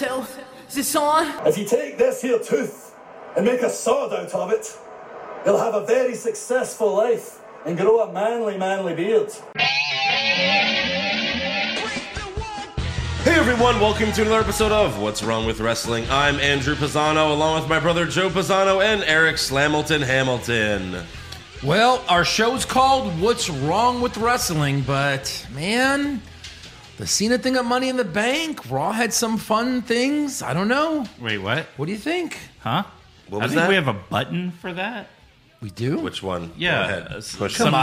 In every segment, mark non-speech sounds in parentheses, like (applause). Oh, this on? If you take this here tooth and make a sword out of it, you'll have a very successful life and grow a manly, manly beard. Hey everyone, welcome to another episode of What's Wrong with Wrestling. I'm Andrew Pisano, along with my brother Joe Pisano and Eric Slamilton Hamilton. Well, our show's called What's Wrong with Wrestling, but man, the Cena thing at Money in the Bank, Raw had some fun things. I don't know. Wait, what? What do you think? Huh? What I was think that? we have a button for that. We do? Which one? Yeah, Go uh, ahead. Push come it. on.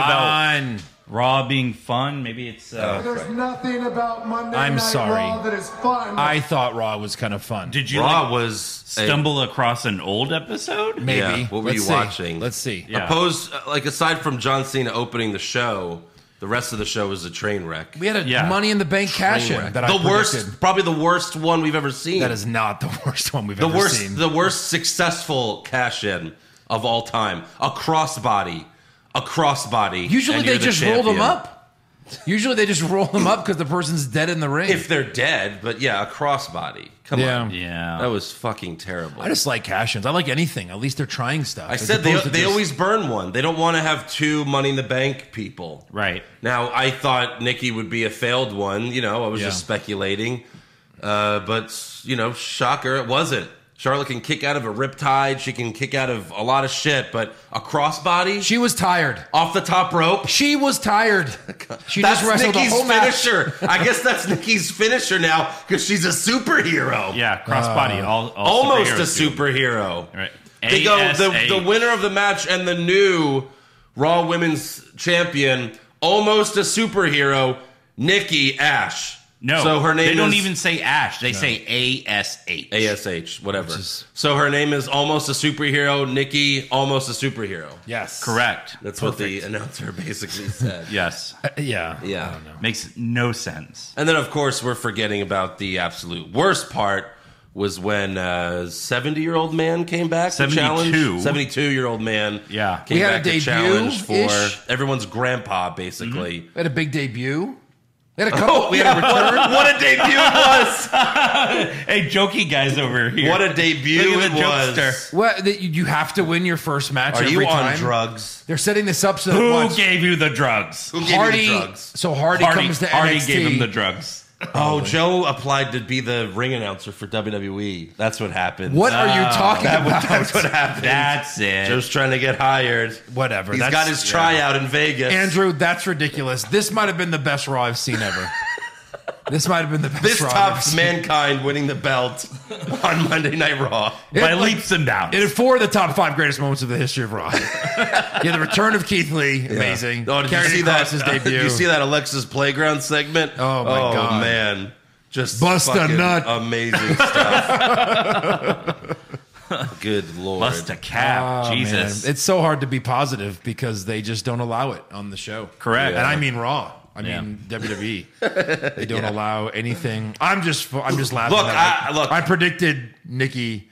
on. Raw being fun. Maybe it's. Uh, There's nothing about Monday I'm Night sorry. Raw that is fun. I thought Raw was kind of fun. did you Raw like, was stumble across an old episode? Maybe. Yeah, what were Let's you see. watching? Let's see. A, Yeah. opposed, uh, like aside from John Cena opening the show, the rest of the show was a train wreck. We had a Yeah. Money in the Bank cash Train in wreck. that I the worst, predicted. probably the worst one we've ever seen. That is not the (laughs) worst one we've the ever worst, seen. the worst successful cash in of all time. A crossbody, a crossbody. Usually and they you're the just roll them champion. up. Usually they just (laughs) roll them up because the person's dead in the ring. if they're dead. But yeah, a crossbody. Come Yeah. on, Yeah. that was fucking terrible. I just like cash-ins. I like anything. At least they're trying stuff. I as said they opposed to they just- always burn one. They don't want to have two Money in the Bank people. right. Now, I thought Nikki would be a failed one. You know, I was Yeah. just speculating. Uh, but, you know, shocker, it wasn't. Charlotte can kick out of a riptide. She can kick out of a lot of shit, but a crossbody She was tired. off the top rope. She (laughs) was tired. She that's just wrestled Nikki's a whole match. finisher. I guess that's Nikki's finisher now because she's a superhero. Yeah. Crossbody. all, all Almost a superheroes do. superhero. Right. They go ASH. the, the winner of the match and the new Raw Women's Champion, almost a superhero, Nikki Ash. No. so her name They don't is even say Ash. They say A S H. Ash, whatever. so her name is almost a superhero, Nikki, almost a superhero. Yes. Correct. That's what the announcer (laughs) basically said. Yes. Yeah. yeah. Makes Oh, no sense. And then, of course, we're forgetting about the absolute worst part was when uh, 70 year old man came back to 72. challenge. 72 year old man Yeah. came We had back a to challenge for debut-ish. everyone's grandpa, basically. We had a big debut. We had a couple. we had a return. What, what Oh, a debut it was! Hey, jokey guys over here. What a debut it Look at the was! jokester. What, that you- you have to win your first match Are every you on time. drugs? They're setting this up so that Who once gave you the drugs? Who gave you Hardy, the drugs? so Hardy, Hardy, comes to Hardy NXT. gave him the drugs. Oh, Joe applied to be the ring announcer for WWE. That's what happened. what are Ah, you talking about? (laughs) (laughs) That's what happened. That's it. Joe's trying to get hired. Whatever. He's That's- got his tryout in Vegas. Andrew, that's ridiculous. This might have been the best Raw I've seen ever. this might have been the best This Raw I've tops seen. mankind winning the belt on Monday Night Raw. It by had, like, leaps and bounds. It had four of the top five greatest moments of the history (laughs) of Raw. yeah, the return of Keith Lee, amazing. Oh, did Karrion you see that? (laughs) Kross's did debut. you see that Alexa's playground segment? Oh, my God. man, just Bust a fucking nut. Amazing (laughs) stuff. Good lord. Bust a cap. Oh, Jesus. man. It's so hard to be positive because they just don't allow it on the show. Correct. And I mean Raw. I Yeah. (laughs) mean WWE. they don't allow anything. I'm just I'm just laughing. Look, at it. I- look. I predicted Nikki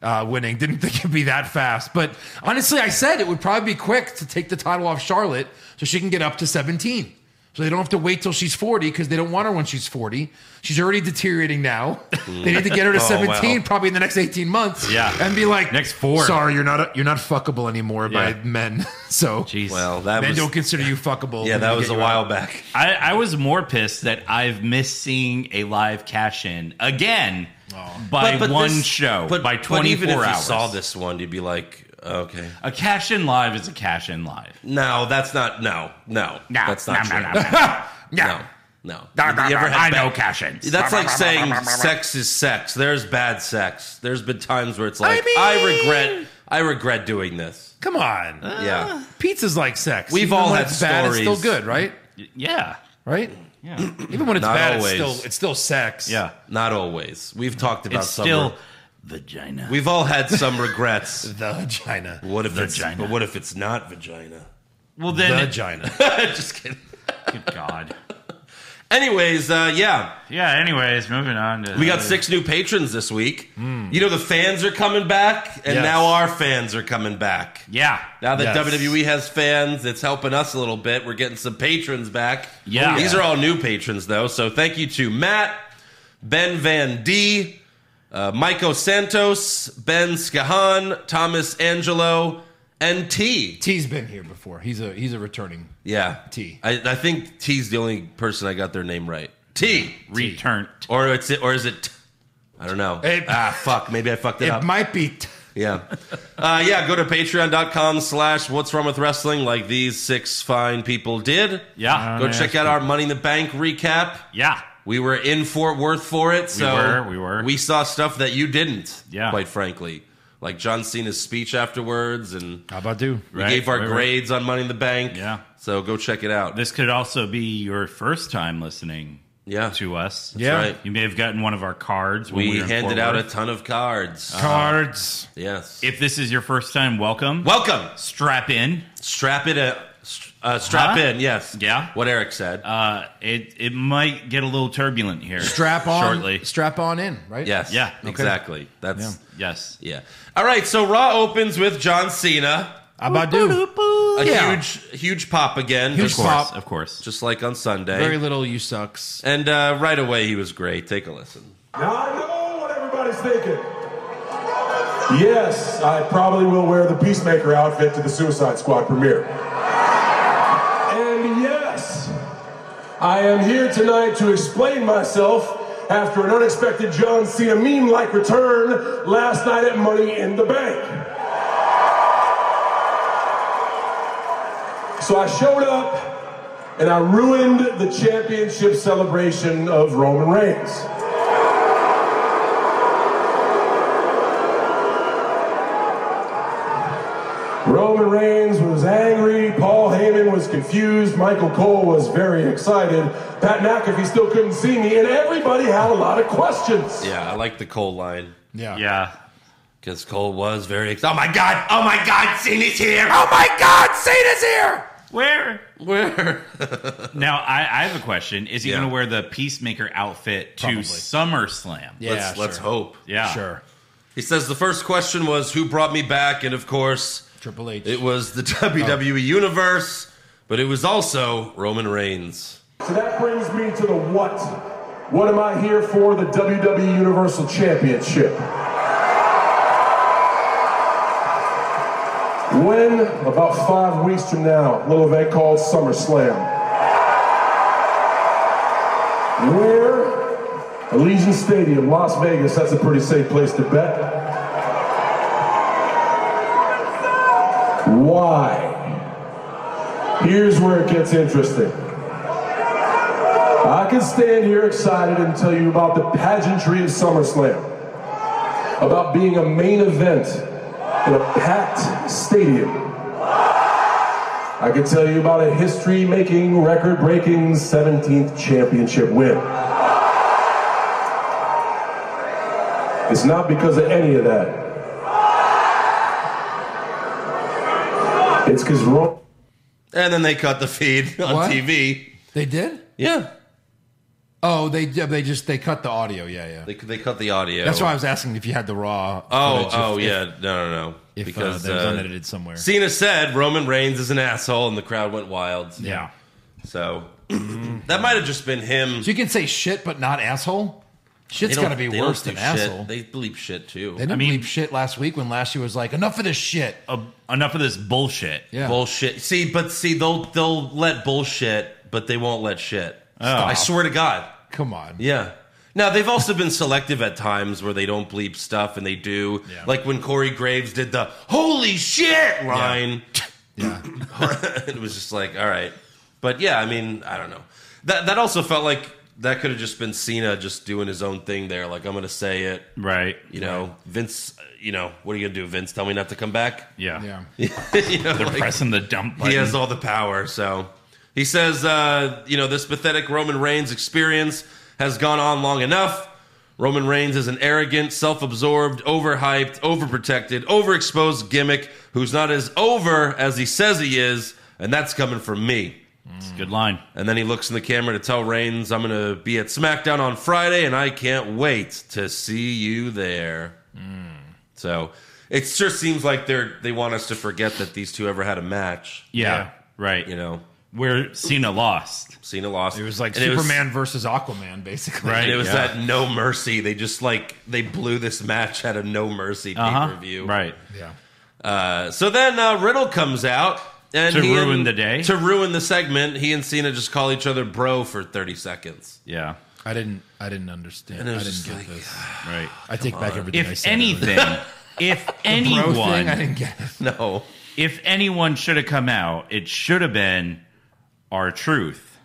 uh, winning. Didn't think it'd be that fast, but honestly, I said it would probably be quick to take the title off Charlotte so she can get up to 17. So they don't have to wait till she's 40 because they don't want her when she's 40. She's already deteriorating now. they need to get her (laughs) to Oh, 17 wow. probably in the next 18 months. Mm. Yeah. and be like Next four. Sorry, you're not you're not fuckable anymore by Yeah. men. (laughs) So Jeez. well, that men was don't consider you fuckable. yeah, when that they was a get you while out. back. I, I was more pissed that I've missed seeing a live cash in again by one this- show, but by but 24 even if hours. you saw this one, you'd be like, okay, A cash in live is a cash in live. no, that's not no, no, No, that's not no, true. no, no, no. (laughs) No, no. Da, da, You ever da, had I know cash ins. That's Ba, like ba, ba, saying (laughs) ba, ba, ba, ba. sex is sex. There's bad sex. There's been times where it's like I, mean- regret. I regret doing this. (laughs) Come on, yeah. pizza's like sex. We've Even all when had it's bad, it's still stories. good, right? Yeah. Right? Yeah. (clears throat) Even when it's Not bad, always. it's still it's still sex. Yeah. Not always. We've talked about It's some. still vagina. we've all had some (laughs) regrets. (laughs) the vagina. What if it's Vagina. but what if it's not vagina? (laughs) well, then. Vagina. Just kidding. good God. Anyways, uh, yeah, Yeah, anyways, moving on to. we got six new patrons this week. Hmm. You know the fans are coming back, and Yes. now our fans are coming back. Yeah. Now that Yes. WWE has fans, it's helping us a little bit. We're getting some patrons back. Yeah. These are all new patrons, though. So thank you to Matt, Ben Van D, uh, uh, Maiko Santos, Ben Scahan, Thomas Angelo, and T. T's been here before. He's a he's a returning. Yeah. T. I, I think T's the only person I got their name right. T. Return. Or it's or is it? T- I don't know. It- ah, fuck. Maybe I fucked it, It up. might be. T- Yeah. Uh, yeah, go to patreon.com slash what's wrong with wrestling like these six fine people did. Yeah. Go check out our Money in the Bank recap. Yeah. We were in Fort Worth for it. So were, we were. We saw stuff that you didn't, Yeah. quite frankly. Like John Cena's speech afterwards, and How about do? we Right, gave our right, right. grades on Money in the Bank. Yeah. So go check it out. This could also be your first time listening yeah. to us. Yeah. Right. You may have gotten one of our cards. When We, we, were in handed Fort out a Worth. Uh-huh. ton of cards. Cards. yes. if this is your first time, welcome. Welcome. Strap in. Strap it uh, st- uh, strap Huh? in, yes. Uh-huh. Yeah. What Eric said. Uh, it it might get a little turbulent here. Strap on. shortly. Strap on in. Right. Yes. Yeah. Exactly. That's Yes. yeah. All right. So Raw opens with John Cena, How about do? a Yeah. huge, huge pop again, Huge just, Of course. Pop. Of course. just like on Sunday. Very little. You sucks. and uh, right away he was great. Take a listen. Now I know what everybody's thinking. Yes, I probably will wear the Peacemaker outfit to the Suicide Squad premiere. And yes, I am here tonight to explain myself after an unexpected John Cena meme like return last night at Money in the Bank. So I showed up and I ruined the championship celebration of Roman Reigns. Roman Reigns was angry. Paul Heyman was confused. Michael Cole was very excited. Pat McAfee still couldn't see me, and everybody had a lot of questions. Yeah, I like the Cole line Yeah. Yeah. because Cole was very. Ex- oh my god! Oh my god! Cena's here! Oh my god! Cena's here! Where? Where? (laughs) Now I, I have a question. Is he Yeah. going to wear the Peacemaker outfit to Probably. SummerSlam? Yeah. let's, let's sure. hope. Yeah. Sure. He says the first question was who brought me back, and of course Triple H. it was the (laughs) WWE Universe, but it was also Roman Reigns. So that brings me to the what. What am I here for? The WWE Universal Championship. When? About five weeks from now, a little event called SummerSlam. Where? Allegiant Stadium, Las Vegas. That's a pretty safe place to bet. Why? Here's where it gets interesting. I can stand here excited and tell you about the pageantry of SummerSlam, about being a main event in a packed stadium. I can tell you about a history making, record breaking 17th championship win. It's not because of any of that. It's because Roman. And then they cut the feed (laughs) on What? TV. They did. Yeah. Oh, they yeah, they just they cut the audio. Yeah, yeah. They, they cut the audio. That's why I was asking if you had the raw. Oh, footage, if- oh, if- yeah. No, no, no. If, because uh, that was uh, unedited somewhere. Cena said Roman Reigns is an asshole, and the crowd went wild. Yeah. So that might have just been him. So you can say shit, but not asshole. Shit's They don't- got to be they worse don't than do shit. asshole. They, They bleep shit too. didn't I mean- bleep shit last week when last year was like enough of this shit. Uh, enough of this bullshit. Yeah. Bullshit. See, but see, they'll they'll let bullshit, but they won't let shit. Stop. I swear to God. Come on. Yeah. Now they've also been selective at times where they don't bleep stuff and they do, Yeah. like when Corey Graves did the "Holy shit" line. Yeah. (laughs) it was just like, all right. But yeah, I mean, I don't know. That that also felt like that could have just been Cena just doing his own thing there. Like I'm gonna say it, Right. you know. Vince, uh, you know, what are you gonna do, Vince? Tell me not to come back. Yeah. Yeah. you know, (laughs) like, Pressing the dump button. he has all the power. So he says, uh, you know, this pathetic Roman Reigns experience has gone on long enough. Roman Reigns is an arrogant, self absorbed, overhyped, overprotected, overexposed gimmick who's not as over as he says he is, and that's coming from me. It's a good line. And then he looks in the camera to tell Reigns, I'm going to be at SmackDown on Friday, and I can't wait to see you there. So it sure seems like they're, they want us to forget that these two ever had a match, Yeah. Right. you know? where Cena lost. Cena lost. It was like And Superman versus Aquaman, basically. Right. and it was yeah. that no mercy. They just like they blew this match out of no mercy pay Uh-huh. per view. Right. Yeah. Uh, so then uh, Riddle comes out and To he ruin and- the day? To ruin the segment, he and Cena just call each other bro for thirty seconds. (laughs) Yeah. I didn't. I didn't understand. And it I was didn't just get like, ah, this. Right. I take back everything. I If said earlier. anything, (laughs) if Bro thing, I anyone, didn't get it. No, if anyone should have come out, it should have been our truth,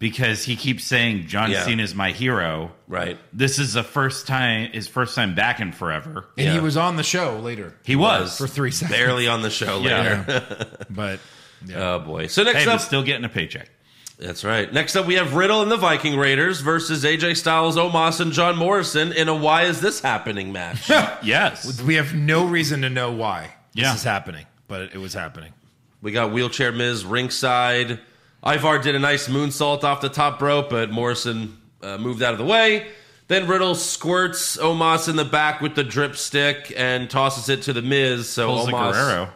because he keeps saying John Yeah. Cena's my hero. right? This is the first time his first time back in forever. And Yeah. he was on the show later. He was. for three seconds. barely on the show (laughs) Yeah. later. but yeah. Oh boy! So next Hey, but up, still getting a paycheck. that's right. Next up, we have Riddle and the Viking Raiders versus AJ Styles, Omos, and John Morrison in a "Why is this happening?" match. (laughs) Yes. we have no reason to know why Yeah. this is happening, but it, was happening. We got wheelchair Miz ringside. Ivar did a nice moonsault off the top rope, but Morrison uh, moved out of the way. Then Riddle squirts Omos in the back with the drip stick and tosses it to the Miz. So Pulls a Omos, Guerrero.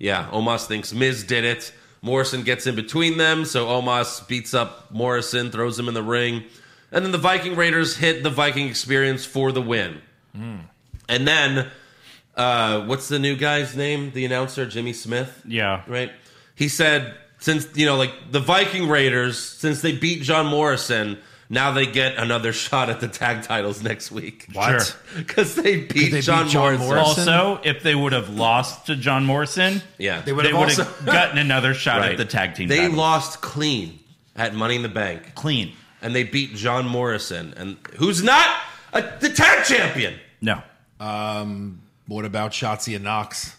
yeah, Omos thinks Miz did it. Morrison gets in between them, so Omos beats up Morrison, throws him in the ring, and then the Viking Raiders hit the Viking Experience for the win. Hmm. And then, uh, what's the new guy's name? The announcer, Jimmy Smith Yeah. right? He said, since, you know, like the Viking Raiders, since they beat John Morrison, now they get another (laughs) shot at the tag titles next week. What? (laughs) Because they beat they John beat John Morrison. Morrison? Also, if they would have lost to John Morrison, Yeah. They would they have would also. have gotten another shot Right. at the tag team. They titles. lost clean at Money in the Bank, clean. and they beat John Morrison, and who's not a, the tag champion. No. Um, what about Shotzi and Knox?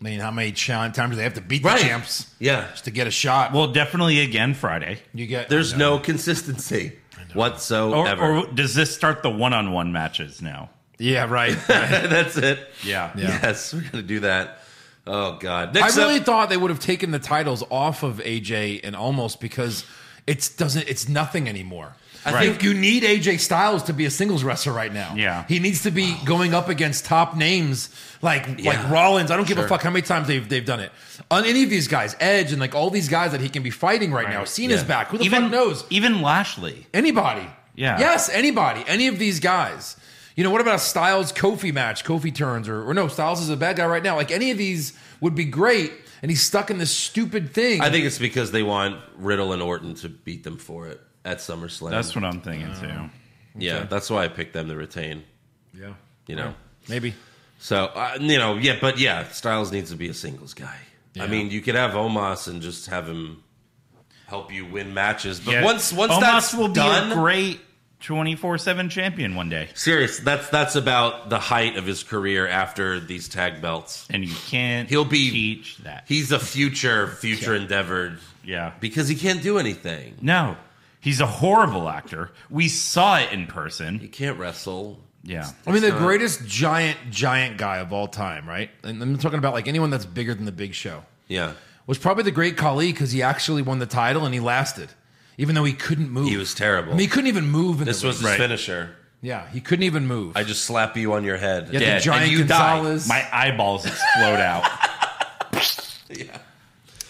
I mean, how many ch- times do they have to beat Right. the champs Yeah. just to get a shot? Well, definitely again Friday. you get There's I know. no consistency Or, whatsoever. or does this start the one-on-one matches now? Yeah, right. (laughs) (laughs) That's it. Yeah. Yeah. Yes, we're going to do that. Oh, God. I Next really up, thought they would have taken the titles off of AJ and almost because it's doesn't it's nothing anymore. I Right. think you need AJ Styles to be a singles wrestler right now. Yeah. he needs to be going up against top names like Yeah. like Rollins. I don't give Sure. a fuck how many times they've they've done it on any of these guys, Edge and like all these guys that he can be fighting right, now. Cena's Yeah. back. Who the even fuck knows? Even Lashley. Anybody. Yeah. Yes, anybody. Any of these guys. You know, what about a Styles Kofi match? Kofi turns, or, or no, Styles is a bad guy right now. Like any of these would be great, and he's stuck in this stupid thing. I think it's because they want Riddle and Orton to beat them for it at SummerSlam. That's what I'm thinking too. yeah, that's why I picked them to retain. Yeah. You know, Maybe. so uh, you know, yeah, but yeah, Styles needs to be a singles guy. I Yeah. mean, you could have Omos and just have him help you win matches, but Yeah. once once Omos that's will done, be a great 24/7 champion one day, serious. That's that's about the height of his career after these tag belts. and you can't He'll be- teach that. He's a future future endeavored yeah. because he can't do anything. No. He's a horrible actor. We saw it in person. He can't wrestle. Yeah. I mean, the greatest giant, giant guy of all time, right? And I'm talking about like anyone that's bigger than the Big Show. Yeah, Was probably the great Khali because he actually won the title and he lasted, even though he couldn't move. He was terrible. I mean, he couldn't even move. In this the was ring. his finisher. yeah, he couldn't even move. I just slap you on your head. You had dead, the giant and you die. Gonzalez. My eyeballs (laughs) explode out.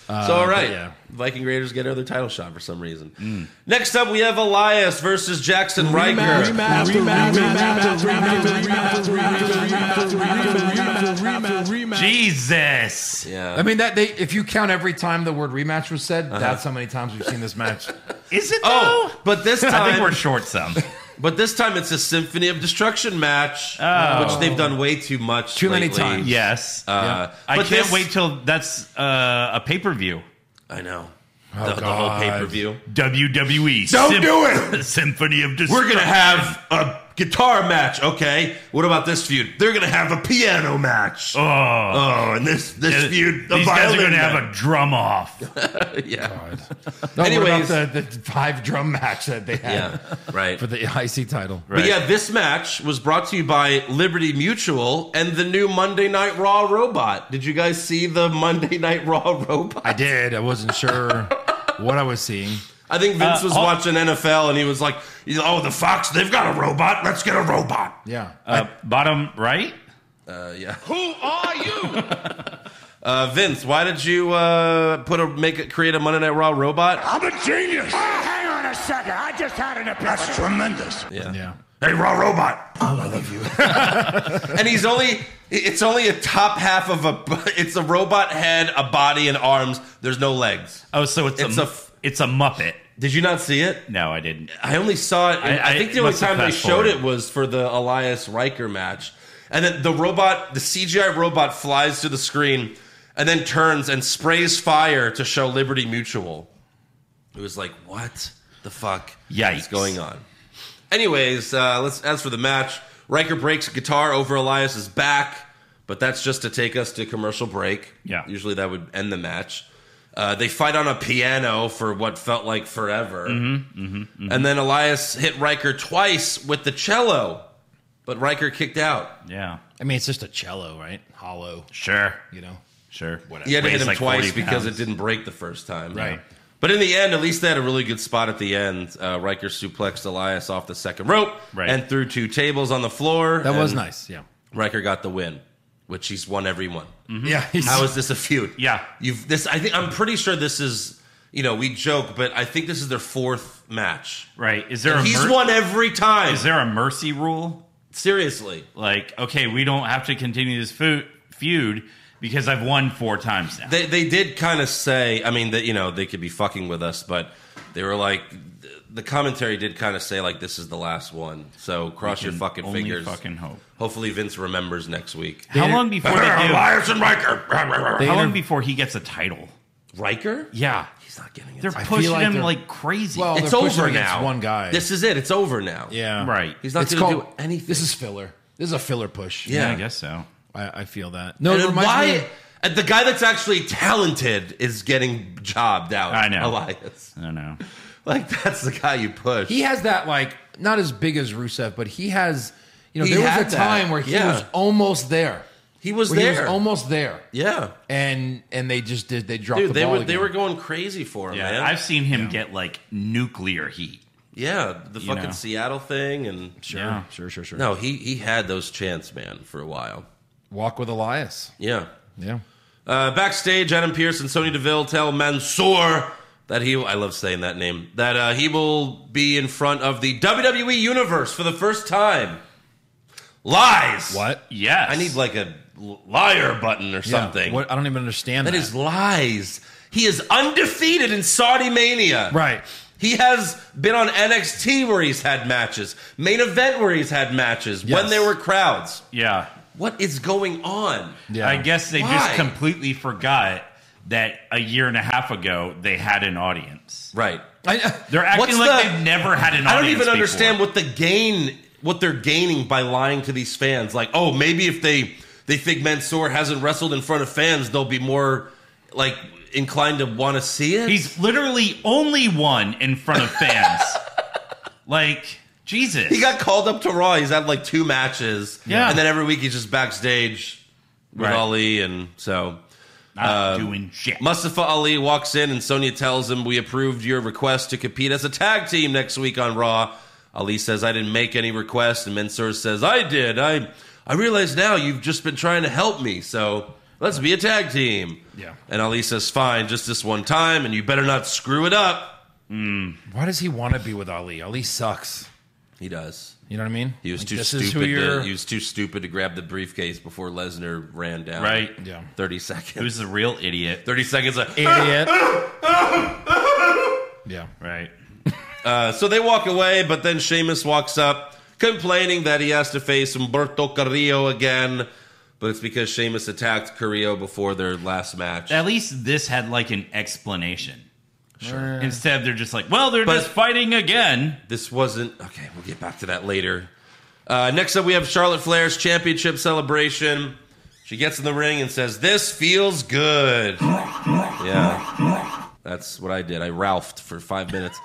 Uh, So all right, yeah. Viking Raiders get another title shot for some reason. Mm. Next up, we have Elias versus Jackson Riker. Jesus. Yeah, I mean that they if you count every time the word rematch was said, Uh-huh. that's how many times we've seen (laughs) this match. Is it though? Oh, but (laughs) this I think time, we're (laughs) short some. but this time it's a Symphony of Destruction match, Oh. which they've done way too much. Too many lately. times. Yes. Uh, I but can't this- wait till that's uh, a pay per view. I know the, the whole Oh, God. pay per view. WWE. Don't do it. E. (laughs) Symphony of Destruction. We're gonna have a guitar match, okay? What about this feud? They're gonna have a piano match. Oh, and this this feud, the These guys are violin going to match. have a drum off. yeah, No, Anyways. Anyways, about the, the five drum match that they had yeah, right. for the IC title. But yeah, this match was brought to you by Liberty Mutual and the new Monday Night Raw robot. Did you guys see the Monday (laughs) Night Raw robot? I did. I (laughs) wasn't sure what I was seeing. I think Vince Uh, was all- watching NFL and he was like, he's, "Oh, the Fox, they've got a robot. Let's get a robot." Yeah. Uh, bottom right? Uh, yeah. Who are you? (laughs) Uh, Vince, why did you uh, put a make a, create a Monday Night Raw robot? I'm a genius. hang on a second. I just had an epiphany. That's tremendous. Yeah. Hey, raw robot. And he's only it's only a top half of a (laughs) it's a robot head, a body, and arms. There's no legs. Oh, so it's, It's a, a f- it's a Muppet. Did you not see it? No, I didn't. I only saw it. I, I- think the I only must have time they fast showed forwarded. it was for the Elias Riker match, and then the robot, the CGI robot, flies to the screen and then turns and sprays fire to show Liberty Mutual. It was like, what the fuck is Yikes. going on? Anyways, uh, let's as for the match, Riker breaks a guitar over Elias's back, but that's just to take us to commercial break. Yeah. usually that would end the match. Uh, they fight on a piano for what felt like forever. Mm-hmm, And then Elias hit Riker twice with the cello, but Riker kicked out. Yeah. I mean, it's just a cello, right? Hollow, Sure. you know. Sure. Whatever. He had to hit Weighs him like twice 40 because it pounds. didn't break the first time. Right. But in the end, at least they had a really good spot at the end. Uh, Riker suplexed Elias off the second rope Right. and threw two tables on the floor. That was and nice. Yeah. Riker got the win, which he's won every one. Yeah. He's, Mm-hmm. (laughs) How is this a feud? Mm-hmm. Yeah. You've this I think I'm pretty sure this is you know, we joke, but I think this is their fourth match. Right. Is there a And he's mer- won every time. Is there a mercy rule? Seriously. Like, okay, we don't have to continue this feu- feud because I've won four times now. They they did kind of say, I mean, that you know they could be fucking with us, but they were like, the commentary did kind of say like this is the last one, so cross your Can fucking only fingers. Fucking hope. Hopefully Vince remembers next week. How long before they do? How and Riker. long before he gets a title? Riker, Yeah, he's not getting it. they're feel pushing like him they're- like crazy. Well, it's they're pushing over against now. one guy. This is it. It's over now. Yeah. (laughs) right. he's not it's going to called do anything. This is filler. This is a filler push. yeah. yeah, I guess so. I, I feel that. No, And it then reminds why? me. and the guy that's actually talented is getting jobbed out. I know. Elias. I don't know. Like that's the guy you push. he has that like not as big as Rusev, but he has. You know, He there had was a that. time where he Yeah. was almost there. He was Where there. He was almost there. yeah, And and they just did. They dropped dude. the They ball. were again. they were going crazy for him. man. Yeah, I've seen him get like nuclear heat. Yeah, the You fucking know. Seattle thing and Sure, Yeah. sure, sure, sure. no, he he had those chance, man, for a while. walk with Elias. Yeah. Yeah. Uh, backstage, Adam Pierce and Sony Deville tell Mansoor that he I love saying that name that uh, he will be in front of the WWE Universe for the first time. Lies. What? Yes, I need like a l- liar button or Yeah. something. What? I don't even understand that. That is lies. He is undefeated in Saudi Mania. right. He has been on NXT where he's had matches, main event where he's had matches, when Yes. there were crowds. Yeah. What is going on? Yeah. I guess they Why? just completely forgot that a year and a half ago they had an audience. Right. I, They're acting What's like the- they've never had an audience. I don't even before. understand what the gain, what they're gaining by lying to these fans. Like, oh, maybe if they they think Mansoor hasn't wrestled in front of fans, they'll be more like inclined to want to see it. He's literally only one in front of fans. (laughs) like Jesus, he got called up to Raw. He's had like two matches. Yeah. And then every week he's just backstage with Right. Ali, and so. not uh, doing shit. Mustafa Ali walks in and Sonya tells him, We approved your request to compete as a tag team next week on Raw. Ali says, I didn't make any request. And Mansoor says, I did. I, I realize now you've just been trying to help me. So let's be a tag team. Yeah. And Ali says, Fine, just this one time. And you better not screw it up. (laughs) Why does he want to be with Ali? Ali sucks. He does. You know what I mean? He was Like, too this is who stupid. To, you're- he was too stupid to grab the briefcase before Lesnar ran down. right? yeah. (laughs) Thirty seconds. Who's the real idiot? Thirty seconds. Of, Idiot. yeah. Right. Uh, so they walk away, but then Sheamus walks up, complaining that he has to face Humberto Carrillo again. But it's because Sheamus attacked Carrillo before their last match. At least this had like an explanation. Sure. Instead, they're just like, well, they're But- just fighting again. This wasn't. Okay, we'll get back to that later. Uh, next up, we have Charlotte Flair's championship celebration. She gets in the ring and says, This feels good. Yeah. That's what I did. I Ralphed for five minutes.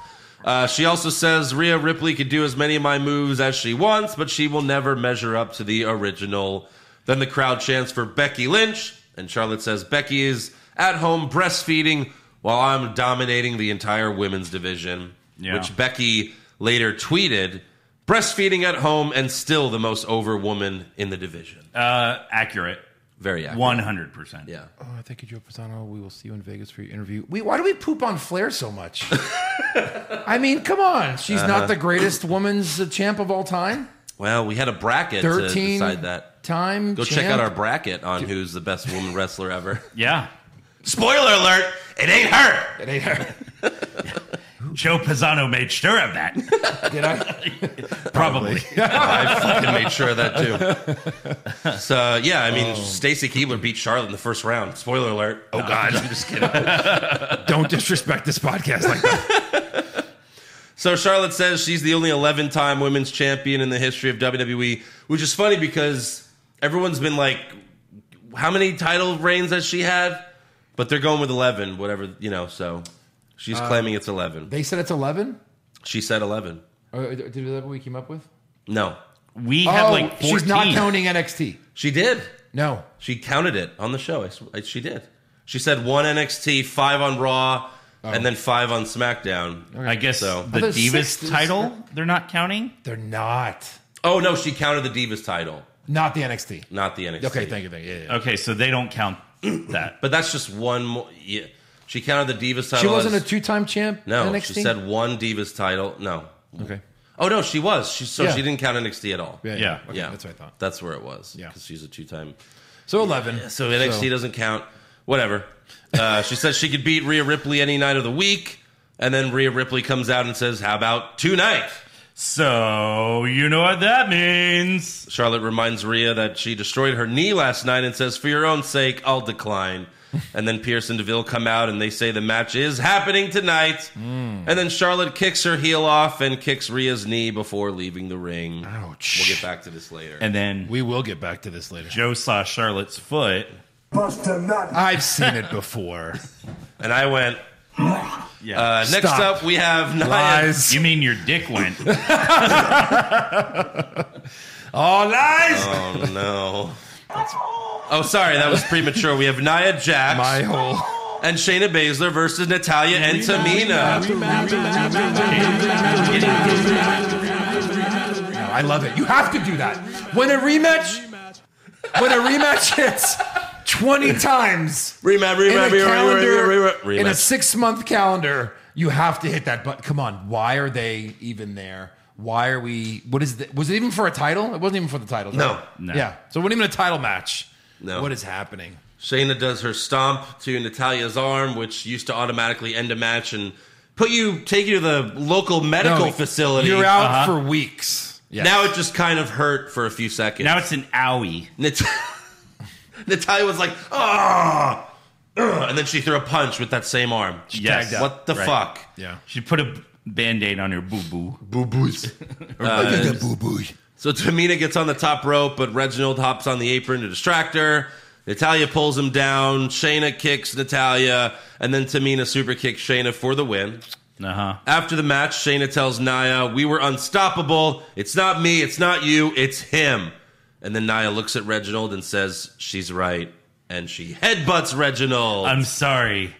Uh, she also says Rhea Ripley could do as many of my moves as she wants, but she will never measure up to the original. Then the crowd chants for Becky Lynch, and Charlotte says Becky is at home breastfeeding while I'm dominating the entire women's division. Yeah. Which Becky later tweeted, breastfeeding at home and still the most over woman in the division. Uh, accurate. Very accurate. Uh, One hundred percent. Yeah. Oh, thank you, Joe Pisano. We will see you in Vegas for your interview. We, why do we poop on Flair (laughs) so much? I mean, come on. She's not Uh-huh. the greatest woman's champ of all time. Well, we had a bracket to 13 decide that. time. Go check champ. out our bracket on who's the best woman wrestler (laughs) ever. Yeah. Spoiler alert, it ain't her. It ain't her. Joe Pisano made sure (laughs) of that. Did I? Probably. I fucking made sure of that too. (laughs) Oh. So yeah, I mean Stacy Keebler beat Charlotte in the first round. Spoiler alert. (laughs) Oh (laughs) god. I'm just kidding. Don't disrespect this podcast like that. So Charlotte says she's the only 11 time women's champion in the history of WWE, which is funny because everyone's been like, how many title reigns has she had? But they're going with 11, whatever, you know, so she's claiming it's 11. They said it's 11? She said 11. Or, uh, did that what we came up with? No, We had oh, like 14. she's not counting NXT. she did. No. She counted it on the show. I s- I- she did. She said one NXT, five on Raw, Oh. and then five on SmackDown. I guess So- the Although Divas six is- title, they're not counting. They're not. Oh, no, she counted the Divas title, Not the NXT. not the NXT. Okay, thank you, thank you. Yeah, yeah. Okay, so they don't count (clears throat) that. But that's just one more. Yeah. She counted the Divas title. She wasn't as- a two-time champ. Uh, No, in NXT? she said one Divas title. No. Okay. Oh no, she was. She so Yeah. she didn't count NXT at all. Yeah, Yeah. Okay, Yeah. that's what I thought. That's where it was. Yeah. because she's a two-time. So eleven. So NXT doesn't count. Whatever. Uh, (laughs) she says she could beat Rhea Ripley any night of the week, and then Rhea Ripley comes out and says, "How about tonight?" So you know what that means. Charlotte reminds Rhea that she destroyed her knee last night and says, "For your own sake, I'll (laughs) decline." and then Pierce and Deville come out and they say the match is happening tonight. Hmm. And then Charlotte kicks her heel off and kicks Rhea's knee before leaving the ring. Ouch. We'll get back to this later. And then We will get back to this later. Joe saw Charlotte's foot. Bust a nut. I've seen it before. And I went. Yeah. Uh, next Stop. up, we have Nia. (laughs) Lies. you mean your dick went? (laughs) Oh, lies. Oh no. Oh, sorry, that was premature. We have Nia Jax My whole. and Shayna Baszler versus Natalia and Tamina. No, I love it. You have to do that. When a rematch, when a rematch hits 20 times Rematch, rematch, in a, rematch, rematch, calendar, rematch, rematch. in a Rematch. six month calendar, you have to hit that button. Come on. Why are they even there? Why are we? What is the, was it even for a title? It wasn't even for the title. No. right? No. Yeah. So it wasn't even a title match. No. What is happening? Shayna does her stomp to Natalia's arm, which used to automatically end a match and put you take you to the local medical No, facility. Uh, Uh-huh. You're out for weeks. Yes. Now it just kind of hurt for a few seconds. now it's an owie. Nat- (laughs) Natalia was like, ah, ugh," and then she threw a punch with that same arm. Yes. tagged out. What the Right. fuck? yeah. She put a band aid on your boo boo. Boo boos. boo boo. So Tamina gets on the top rope, but Reginald hops on the apron to distract her. Natalia pulls him down. Shayna kicks Natalia, and then Tamina super kicks Shayna for the win. Uh huh. After the match, Shayna tells Naya, We were unstoppable. It's not me. It's not you. It's him. And then Naya looks at Reginald and says, She's right. And she headbutts Reginald. I'm sorry.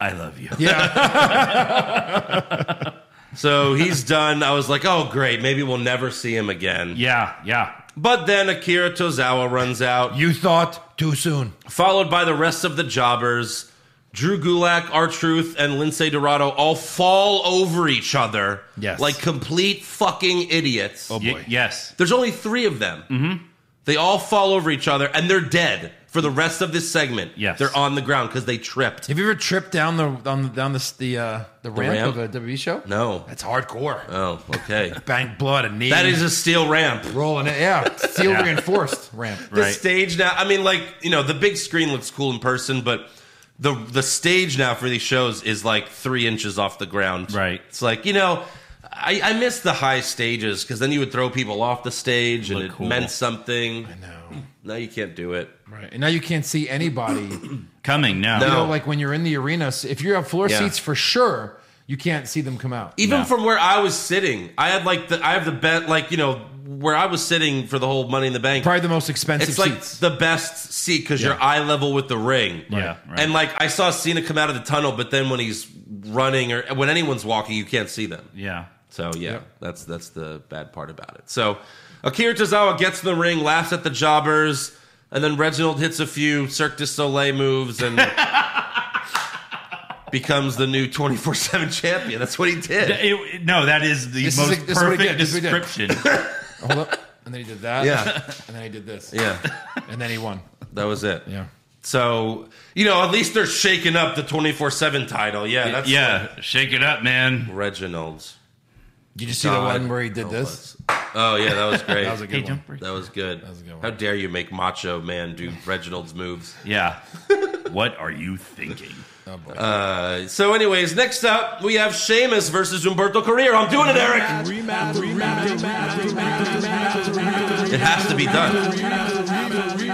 I love you. (laughs) Yeah. so he's done. I was like, Oh, great. Maybe we'll never see him again. Yeah. Yeah. But then Akira Tozawa runs out, you thought too soon. followed by the rest of the jobbers. Drew Gulak, R Truth, and Lindsay Dorado all fall over each other Yes. like complete fucking idiots. Y- boy. yes. There's only three of them. Mm-hmm. They all fall over each other and they're dead for the rest of this segment. Yes. They're on the ground because they tripped. Have you ever tripped down the down the down the the, uh, the, ramp? ramp, of a WWE show? No. that's hardcore. Oh, (laughs) okay. Bang blood and knee. that is a steel ramp. rolling it. Yeah, steel (laughs) reinforced ramp. The stage now, I mean, like, you know, the big screen looks cool in person, but the the stage now for these shows is like three inches off the ground. Right. It's like, you know, I, I miss the high stages because then you would throw people off the stage and Look it cool. meant something. No, Now you can't do it. right. And now you can't (clears throat) see anybody. you Coming now. No. know, like when you're in the arena, s- if you have floor Yeah. seats for sure, you can't see them come out. even No. from where I was sitting, I had like the I have the bet like you know where I was sitting for the whole Money in the Bank. Probably the most expensive it's like seats. the best seat because you're eye level with the ring. Yeah, right. and like I saw Cena come out of the tunnel, but then when he's running or when anyone's walking, you can't see them. Yeah. So yeah, Yeah. that's that's the bad part about it. So Akira Tozawa gets in the ring, laughs at the jobbers. and then Reginald hits a few Cirque du Soleil moves and becomes the new 24 7 champion. That's what he did. It- it- no, that is the This is most like- this is what he perfect did, this is what he did. description. (laughs) Hold up. And then he did that. Yeah. And then he did this. Yeah, And then he won. that was it. Yeah. So, you know, at least they're shaking up the 24 7 title. Yeah, that's yeah, shake it up, man. Reginald's. Did you see the God one where he did help this? us. Oh, yeah, that (laughs) was great. That was a Hey, good one. don't break. That was good. was a good one. How dare you make Macho Man do Reginald's moves? Yeah. (laughs) what are you thinking? Uh, so, anyways, next up we have Sheamus versus Umberto Carrillo. I'm doing it, Eric. It has to be done.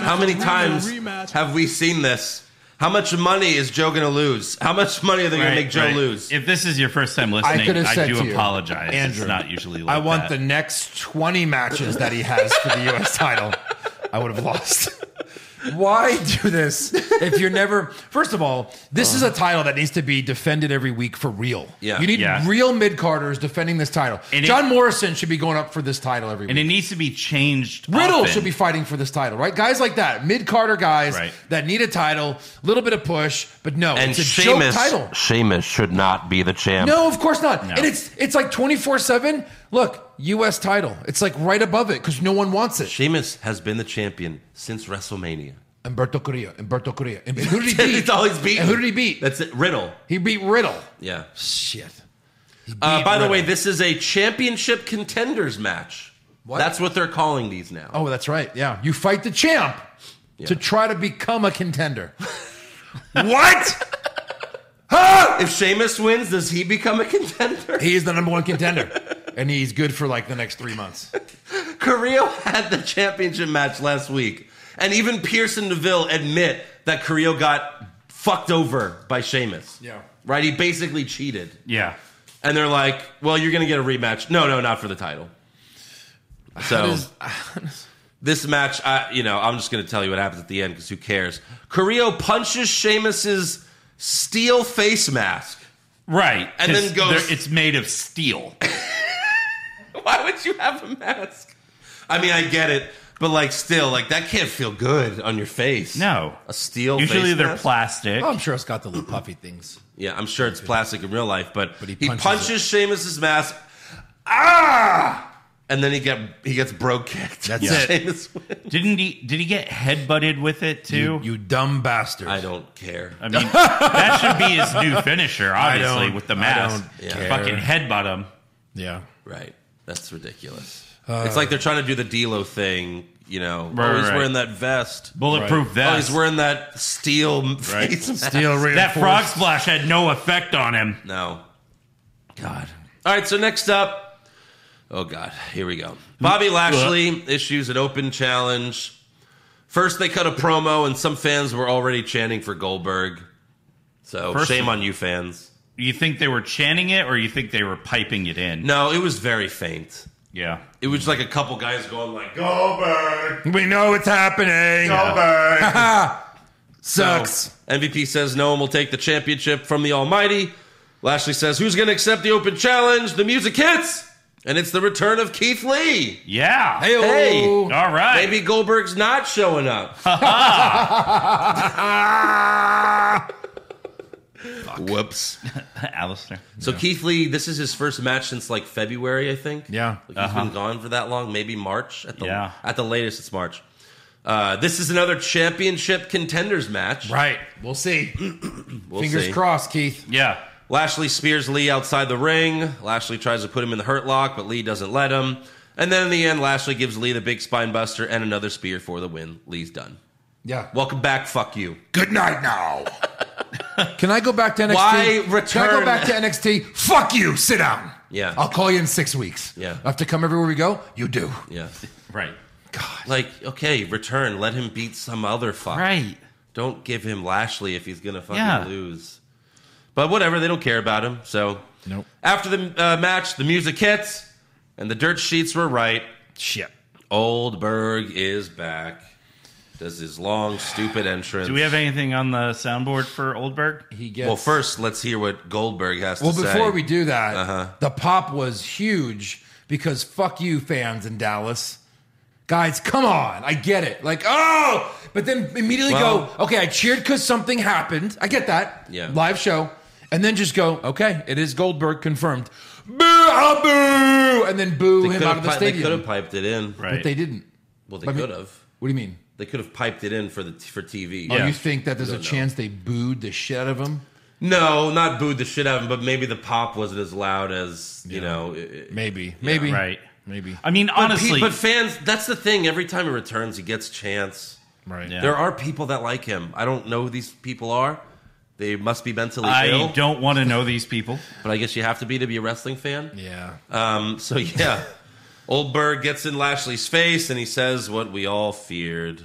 How many times have we seen this? How much money is Joe going to lose? How much money are they going Right, to make Joe right. lose? If this is your first time I listening, could have I, said do to you, apologize. Andrew, it's not usually like I want the that. next 20 matches that he has for the U.S. title. I would have lost. Why do this if you're never? First of all, this is a title that needs to be defended every week for real. Yeah. you need Yeah. real mid carders defending this title. And it- John Morrison should be going up for this title every and week. it needs to be changed. Riddle often. should be fighting for this title, right? Guys like that, mid carder guys Right. that need a title, a little bit of push, but no, and it's a Sheamus, joke title. Sheamus should not be the champ. No, of course not. No. And it's it's like twenty four seven. Look, U.S. title. It's like right above it because no one wants it. Sheamus has been the champion since WrestleMania. Umberto Correa. Umberto Correa. And who did he beat? That's all (laughs) he's beaten. And who did he beat? That's it. Riddle. he beat Riddle. Yeah. Shit. He Uh, beat by the Riddle. way, this is a championship contenders match. What? That's what they're calling these now. Oh, that's right. Yeah, you fight the champ to try to become a contender. what? If Sheamus wins, does he become a contender? He is the number one contender, and he's good for like the next three months. (laughs) Carrillo had the championship match last week, and even Pearson Neville admit that Carrillo got fucked over by Sheamus. Yeah. Right? He basically cheated. Yeah. And they're like, well, you're going to get a rematch. No, no, not for the title. So, does- this match, I, you know, I'm just going to tell you what happens at the end because who cares? Carrillo punches Sheamus's steel face mask. Right. And then 'cause goes- they're- It's made of steel. (laughs) Why would you have a mask? I mean, I get it, but like, still, like that can't feel good on your face. No. a steel. Usually face they're mask? plastic. Oh. I'm sure it's got the little puffy things. Yeah, I'm sure it's plastic in real life, but, But he he punches, punches Sheamus's mask. Ah! And then he get he gets bro kicked. That's Yeah. it. Sheamus wins. Didn't he? Did he get headbutted with it too? You dumb bastard. I don't care. I mean, that should be his new finisher, obviously, don't- with the I mask. don't care. Fucking headbutt him. Yeah. Right. That's ridiculous. Uh, it's like they're trying to do the D'Lo thing. You know, Right, oh, he's right. wearing that vest. Bulletproof Oh, vest. he's wearing that steel face mask. (laughs) Steel that reinforced. frog splash had no effect on him. No. God. All right, so next up. Oh, God. Here we go. Bobby Lashley issues an open challenge. First, they cut a promo, and some fans were already chanting for Goldberg. So, First shame of- on you, fans. You think they were chanting it, or you think they were piping it in? No, it was very faint. Yeah. It was like a couple guys going like, Goldberg, We know it's happening. Goldberg. Sucks. MVP says no one will take the championship from the Almighty. Lashley says, who's going to accept the open challenge? The music hits, and it's the return of Keith Lee. Yeah. Hey. oh, All (laughs) right. Maybe Goldberg's not showing up. Whoops. (laughs) Alistair. So Keith Lee, this is his first match since like February, I think. Yeah. Uh-huh. Like, he's been gone for that long, maybe March at the Yeah. at the latest it's March. Uh, this is another championship contenders match. Right. We'll see. We'll Fingers see. crossed, Keith. Yeah. Lashley spears Lee outside the ring. Lashley tries to put him in the hurt lock, but Lee doesn't let him. And then in the end, Lashley gives Lee the big spine buster and another spear for the win. Lee's done. Yeah. Welcome back, fuck you. Good night now. (laughs) Can I go back to NXT? Why Can I return- go back to NXT? Fuck you. Sit down. Yeah. I'll call you in six weeks. Yeah. I have to come everywhere we go. You do. Yeah. (laughs) Right. Like, okay, return. Let him beat some other fuck. Right. Don't give him Lashley if he's gonna fucking Yeah. lose. But whatever, they don't care about him. So Nope. after the uh, match, the music hits, and the dirt sheets were right. Shit. Oldberg is back. Does his long, stupid entrance. Do we have anything on the soundboard for Oldberg? He gets. Well, first, let's hear what Goldberg has Well, to say. Uh-huh. before we do that, the pop was huge because fuck you, fans in Dallas. Guys, come on. I get it. Like, oh, but then immediately Well- go, okay, I cheered because something happened. I get that. Yeah. Live show. And then just go, okay, it is Goldberg confirmed. Boo, ah, boo. And then boo him could've out of the pi- They could stadium. have piped it in. Right. But they didn't. Well, they Let me- could have. What do you mean? They could have piped it in for the for TV. Oh, Yeah. you think that there's a don't know. chance they booed the shit out of him? No, not booed the shit out of him, but maybe the pop wasn't as loud as you know. it- it- Maybe. Maybe. right. Maybe. I mean, But pe- honestly, but fans, that's the thing. Every time he returns, he gets chance. Right. Yeah. There are people that like him. I don't know who these people are. They must be mentally ill. I don't want to know these people. But I guess you have to be to be a wrestling fan. Yeah. Um, so (laughs) yeah, Oldberg gets in Lashley's face and he says what we all feared.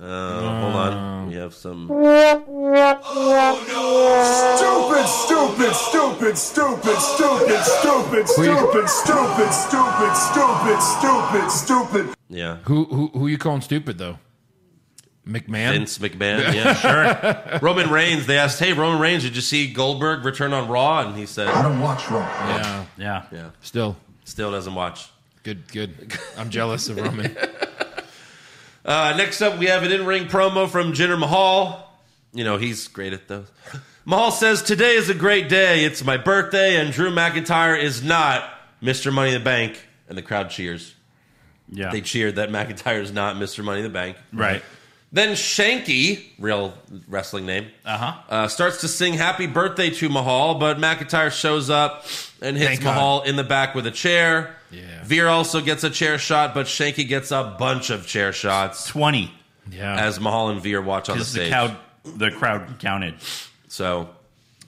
Uh, hold on, we have some. Stupid, stupid, stupid, stupid, stupid, stupid, stupid, stupid, stupid, stupid, stupid, stupid. Yeah, Who, who, who you calling stupid, though? McMahon? Vince McMahon. Yeah, sure. (laughs) Roman Reigns. They asked, "Hey, Roman Reigns, did you see Goldberg return on Raw?" And he said, don't watch Raw. Yeah. Yeah. "Yeah, Still. still doesn't watch." Good, good. I'm jealous of (laughs) Roman. Uh, next up, we have an in ring promo from Jinder Mahal. You know, he's great at those. (laughs) Mahal says, Today is a great day. It's my birthday, and Drew McIntyre is not Mr. Money in the Bank. And the crowd cheers. Yeah. They cheered that (laughs) McIntyre is not Mr. Money in the Bank. right. Then Shanky, real wrestling name, Uh-huh. uh, starts to sing happy birthday to Mahal, but McIntyre shows up and hits Thank God. Mahal in the back with a chair. Yeah. Veer also gets a chair shot, but Shanky gets a bunch of chair shots 20. Yeah. as Mahal and Veer watch on the Because the, stage. cow, the crowd counted. So,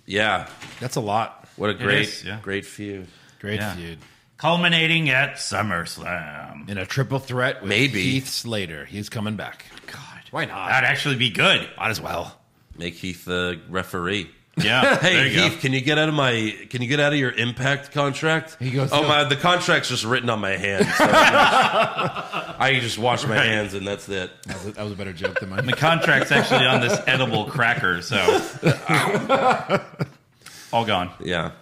yeah, That's a lot. what a great, is, yeah. great feud. Great Yeah. feud. Culminating at SummerSlam. In a triple threat with Maybe. Heath Slater. He's coming back. God. Why Ah. not? That'd actually be good. Might as well. Make Heath the referee. Yeah. there (laughs) Hey you Heath, can you get out of my? Can you get out of your Impact contract? He goes, Oh "No." my! The contract's just written on my (laughs) hand. so I can just wash my hands and that's it. That was a, that was a better joke than mine. go. The contract's actually on this edible (laughs) cracker, so. All gone. Yeah.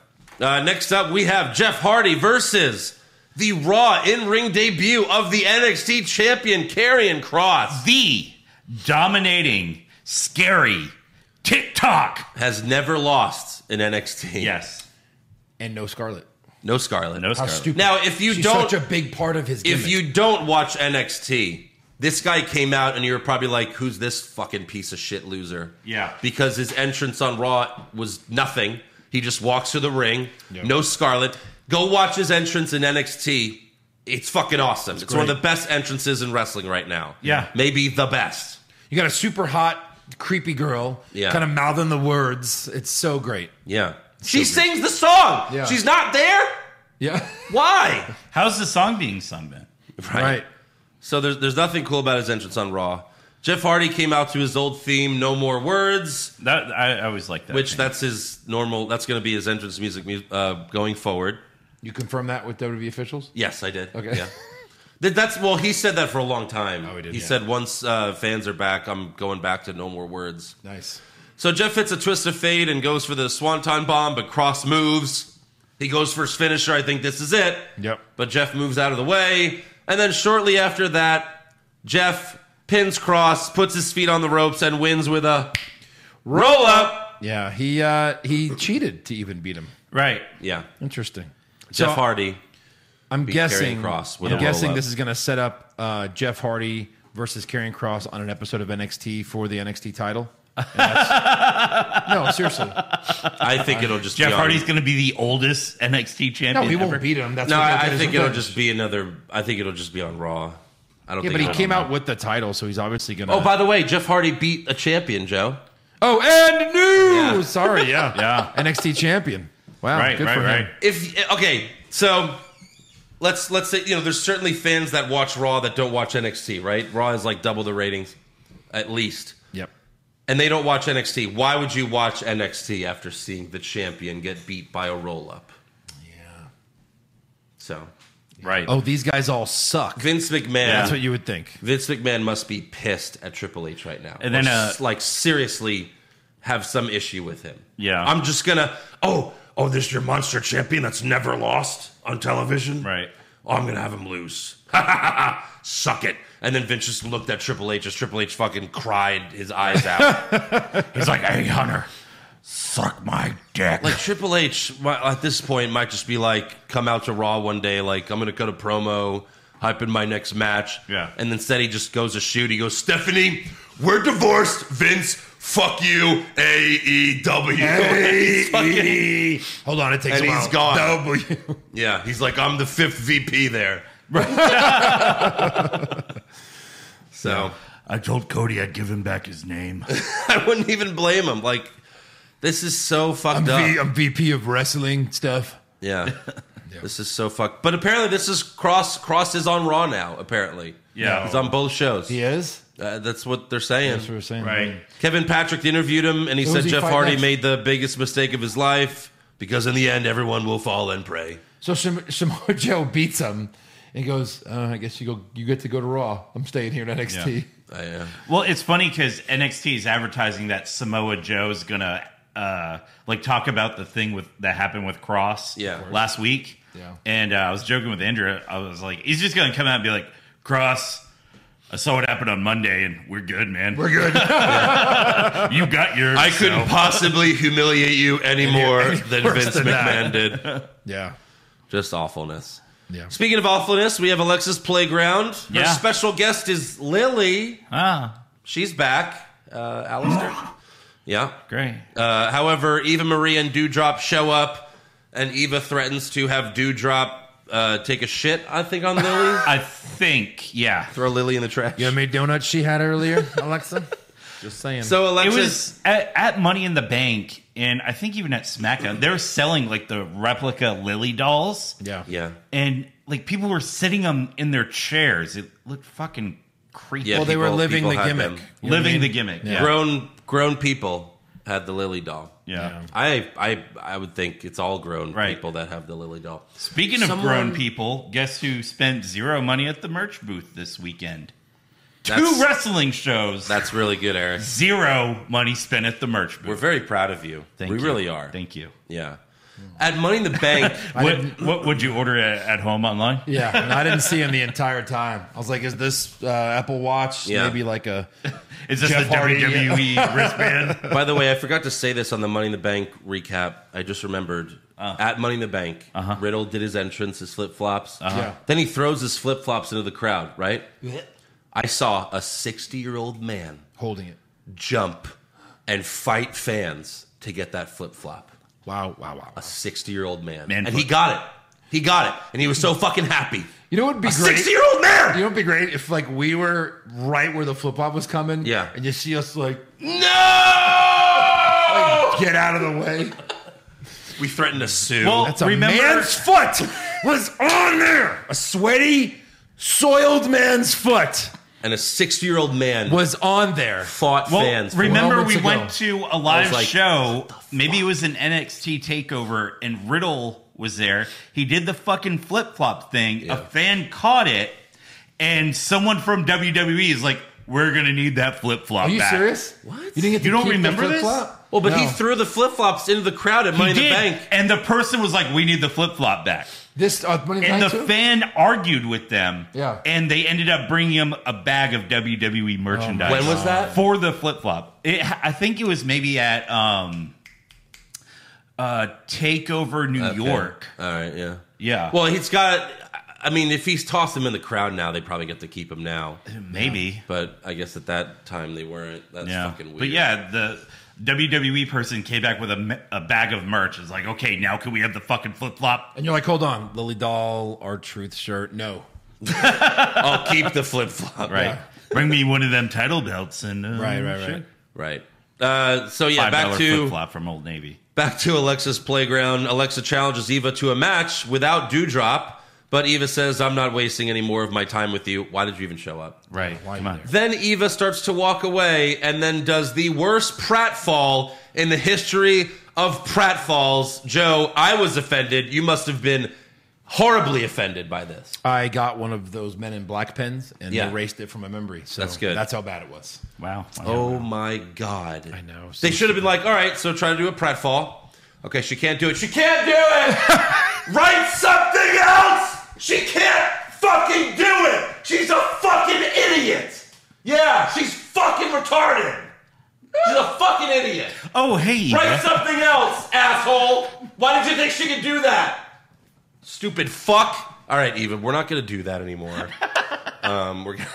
Uh, next up, we have Jeff Hardy versus the Raw in-ring debut of the NXT champion Karrion Cross. The dominating, scary TikTok. Has never lost in NXT. Yes. And no Scarlet. No Scarlet. No How Scarlet. stupid. Now, if you She's don't- such a big part of his gimmick. If you don't watch NXT, this guy came out and you were probably like, who's this fucking piece of shit loser? Yeah. Because his entrance on Raw was nothing. He just walks to the ring, no Scarlet. Go watch his entrance in NXT. It's fucking awesome. It's, one of great. the best entrances in wrestling right now. Yeah. Maybe the best. You got a super hot, creepy girl Yeah. kind of mouthing the words. It's so great. Yeah. She sings the song. Yeah. She's not there. Yeah. (laughs) Why? How's the song being sung then? right. So there's there's nothing cool about his entrance on Raw. Jeff Hardy came out to his old theme, no more words. That I, I always like that. which thing. that's his normal. That's going to be his entrance music mu- uh, going forward. You confirm that with WWE officials? Yes, I did. Okay. Yeah. Th- That's well. He said that for a long time. Oh, he did, yeah. said once uh, fans are back, I'm going back to no more words. Nice. So Jeff hits a twist of fate and goes for the swanton bomb, but Cross moves. He goes for his finisher. I think this is it. Yep. But Jeff moves out of the way, and then shortly after that, Jeff pins Cross, puts his feet on the ropes, and wins with a roll up. Yeah, he uh he cheated to even beat him. right. Yeah, Interesting. Jeff So- Hardy. I'm Be guessing Karrion Kross with I'm a guessing roll-up. this is going to set up uh, Jeff Hardy versus Karrion Cross on an episode of NXT for the NXT (laughs) title. And that's- no, seriously. I think it'll just Jeff be on- Hardy's going to be the oldest NXT champion. No, he ever. won't beat him. That's No, what I, he'll I get his think it'll revenge. just be another. I think it'll just be on Raw. I don't. Yeah, think but he it'll- came out with the title, so he's obviously going to. Oh, by the way, Jeff Hardy beat a champion, Joe. oh, and new. Yeah. Sorry, yeah, Yeah. NXT champion. Wow, Right, good right, for him. right. If okay, so let's let's say you know there's certainly fans that watch Raw that don't watch NXT, right? Raw is like double the ratings, at least, Yep. and they don't watch NXT. Why would you watch NXT after seeing the champion get beat by a roll up? So Right. Oh, these guys all suck. Vince McMahon. That's what you would think. Vince McMahon must be pissed at Triple H right now. And then, Or uh, s- like seriously have some issue with him. Yeah. I'm just gonna oh, oh, this is your monster champion that's never lost on television. Right. Oh, I'm gonna have him lose. (laughs) Suck it. And then Vince just looked at Triple H as Triple H fucking cried his eyes out. He's like, hey, Hunter, suck my dick. like Triple H mi- at this point might just be like, come out to Raw one day, like I'm gonna cut a promo, hyping my next match. Yeah. And instead he just goes to shoot. He goes, Stephanie, we're divorced. Vince, fuck you, AEW. E (laughs) He's fucking- Hold on, it takes And a while. he's gone. W. Yeah, he's like, I'm the fifth VP there. (laughs) so I told Cody I'd give him back his name. (laughs) I wouldn't even blame him. Like, this is so I'm, fucked up. v, I'm VP of wrestling stuff. (laughs) yeah. This is so fucked. But apparently, this is Cross. Cross is on Raw now. Apparently, Yeah. he's on both shows. He is. Uh, that's what they're saying. That's what we're saying. right. Kevin Patrick interviewed him, and he Who said does he Jeff fight Hardy next? made the biggest mistake of his life because in the end, everyone will fall and pray. So Sam- Samoa (laughs) Joe beats him and goes, uh, "I guess you go. You get to go to Raw. I'm staying here at NXT." Yeah. I uh, am. Well, it's funny because NXT is advertising that Samoa Joe's gonna uh, like talk about the thing with that happened with Cross Yeah. Of course. last week. Yeah. And uh, I was joking with Andrea. I was like, he's just gonna come out and be like, Cross. I saw what happened on Monday, and we're good, man. We're (laughs) good. you got yours. I couldn't so- possibly humiliate you any more than worse Vince than McMahon that. did. (laughs) Yeah. Just awfulness. Yeah. Speaking of awfulness, we have Alexis Playground. Her Yeah. special guest is Lily. Ah, She's back. Uh, Alistair. yeah. great. Uh, however, Eva Marie and Dewdrop show up, and Eva threatens to have Dewdrop uh, take a shit, I think, on Lily. I think, yeah. (laughs) Throw Lily in the trash. You know how many donuts she had earlier, (laughs) Alexa? Just saying. so, It Alexis. was at, at Money in the Bank, and I think even at SmackDown, they were selling like the replica Lily dolls. yeah. yeah. and like people were sitting them in their chairs. It looked fucking creepy. Yeah, Well, they were People- living the people had gimmick. them. You know what I living mean? the gimmick. Yeah. Grown grown people had the Lily doll. Yeah. I, I I would think it's all grown Right. people that have the Lily doll. Speaking of Someone- grown people, guess who spent zero money at the merch booth this weekend? That's- Two wrestling shows. That's really good, Eric. zero money spent at the merch booth. We're very proud of you. we you. really are. Thank you. yeah. At Money in the (laughs) Bank, What, what would you order at, at home online? Yeah, and I didn't see him the entire time. I was like, "Is this uh, Apple Watch? Yeah. Maybe like a (laughs) Is this Jeff the Hardy, WWE wristband? by the way, I forgot to say this on the Money in the Bank recap. I just remembered. Ah. At Money in the Bank, Uh-huh. Riddle did his entrance, his flip flops. Yeah. Then he throws his flip flops into the crowd, right? I saw a 60 year old man holding it." jump and fight fans to get that flip flop. Wow! Wow! Wow! A 60 year old man. Man, and but- he got it. He got it. And he was so fucking happy. You know what would be A great? 60 year old man! you know what would be great if like we were right where the flip flop was coming. Yeah. and you see us like (laughs) No! get out of the way. We threatened to sue. Well, That's a remember, man's foot was on there. A sweaty, soiled man's foot and a 60 year old man was on there. fought Well, fans. for it. remember moments we ago. went to a live like, show. Maybe it was an NXT takeover, and Riddle was there. He did the fucking flip flop thing. Yeah. A fan caught it, and someone from WWE is like, "We're gonna need that flip flop." Are you back. serious? What? You didn't get to You don't keep the remember this? flip-flop? Well, but he No. threw the flip flops into the crowd at He Money in the did, Bank. and the person was like, "We need the flip flop back." this uh, money And Bank the too? fan argued with them, Yeah. and they ended up bringing him a bag of WWE merchandise. When was that? for the flip flop? It, I think it was maybe at um, uh, Takeover New Okay. York. All right, yeah. Yeah, Well, he's got. I mean, if he's tossed him in the crowd now, they probably get to keep him now. maybe. But I guess at that time they weren't. That's Yeah, fucking weird. but yeah, the WWE person came back with a, me- a bag of merch. It's like, okay, now can we have the fucking flip flop? and you're like, hold on, Lily Doll, our truth shirt. No, (laughs) I'll keep the flip flop. Right. Bring me one of them title belts and uh, Right, right, right. shit. Right. Uh, so yeah, Five back dollar to flip flop from Old Navy. back to Alexa's playground. Alexa challenges Eva to a match without Dewdrop, but Eva says, "I'm not wasting any more of my time with you. Why did you even show up?" Right, come on. Then Eva starts to walk away and then does the worst pratfall in the history of pratfalls. Joe, I was offended. You must have been horribly offended by this. I got one of those Men in Black pens and Yeah. erased it from my memory. So That's good. That's how bad it was. Wow. Oh my god. I know. They should have been like, all right, so try to do a pratfall. Okay, she can't do it. She can't do it. Write something else. She can't fucking do it. She's a fucking idiot. Yeah, she's fucking retarded. She's a fucking idiot. Oh, hey. Write something else, asshole. Why did you think she could do that? Stupid fuck. All right, Eva, we're not gonna do that (laughs) anymore. um, we're gonna.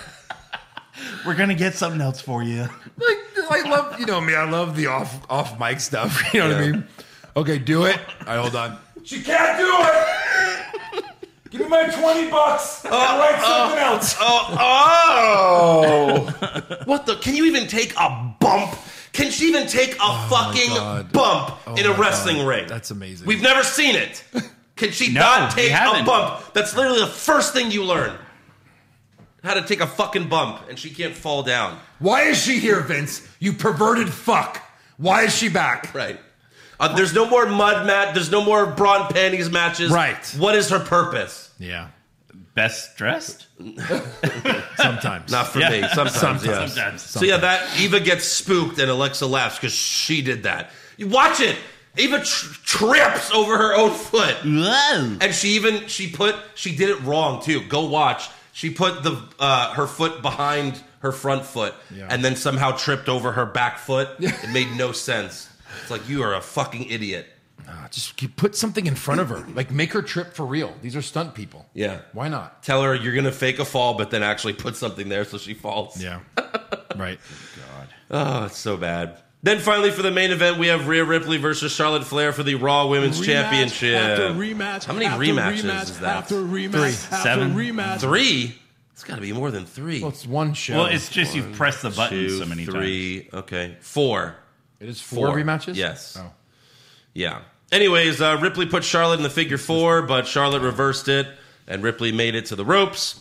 We're going to get something else for you. Like, I love, you know me, I love the off off mic stuff. (laughs) You know what I Yeah. mean? Okay, do it. All right, hold on. She can't do it. Give me my 20 bucks and write something else. Oh, oh. what the? Can you even take a bump? Can she even take a fucking God. bump in a my wrestling God. ring? That's amazing. We've never seen it. Can she No, not we take a haven't. bump? That's literally the first thing you learn. How to take a fucking bump, and she can't fall down. Why is she here, Vince? You perverted fuck. Why is she back? Right. Uh, there's no more mud mat. There's no more brawn panties matches. Right. What is her purpose? Yeah. Best dressed? (laughs) Sometimes. Not for Yeah. me. Sometimes. yeah. Sometimes. So yeah, that Eva gets spooked and Alexa laughs because she did that. You watch it. Eva tr- trips over her own foot, Whoa. and she even she put she did it wrong too. Go watch. She put the uh, her foot behind her front foot, Yeah. and then somehow tripped over her back foot. it made no sense. It's like you are a fucking idiot. Ah, Just keep- put something in (coughs) front of her. Like make her trip for real. These are stunt people. Yeah. Why not? Tell her you're gonna fake a fall, but then actually put something there so she falls. (laughs) yeah. Right. Oh, it's so bad. Then finally, for the main event, we have Rhea Ripley versus Charlotte Flair for the Raw Women's Championship. After rematch, How many after rematches rematch, is that? After rematch, after Seven. rematch. Three? It's got to be more than three. Well, it's one show. Well, it's just you've pressed the button Two, so many times. three. Okay, four. it is four, rematches. Yes. Oh. Yeah. Anyways, uh, Ripley put Charlotte in the figure four, but Charlotte reversed it, and Ripley made it to the ropes.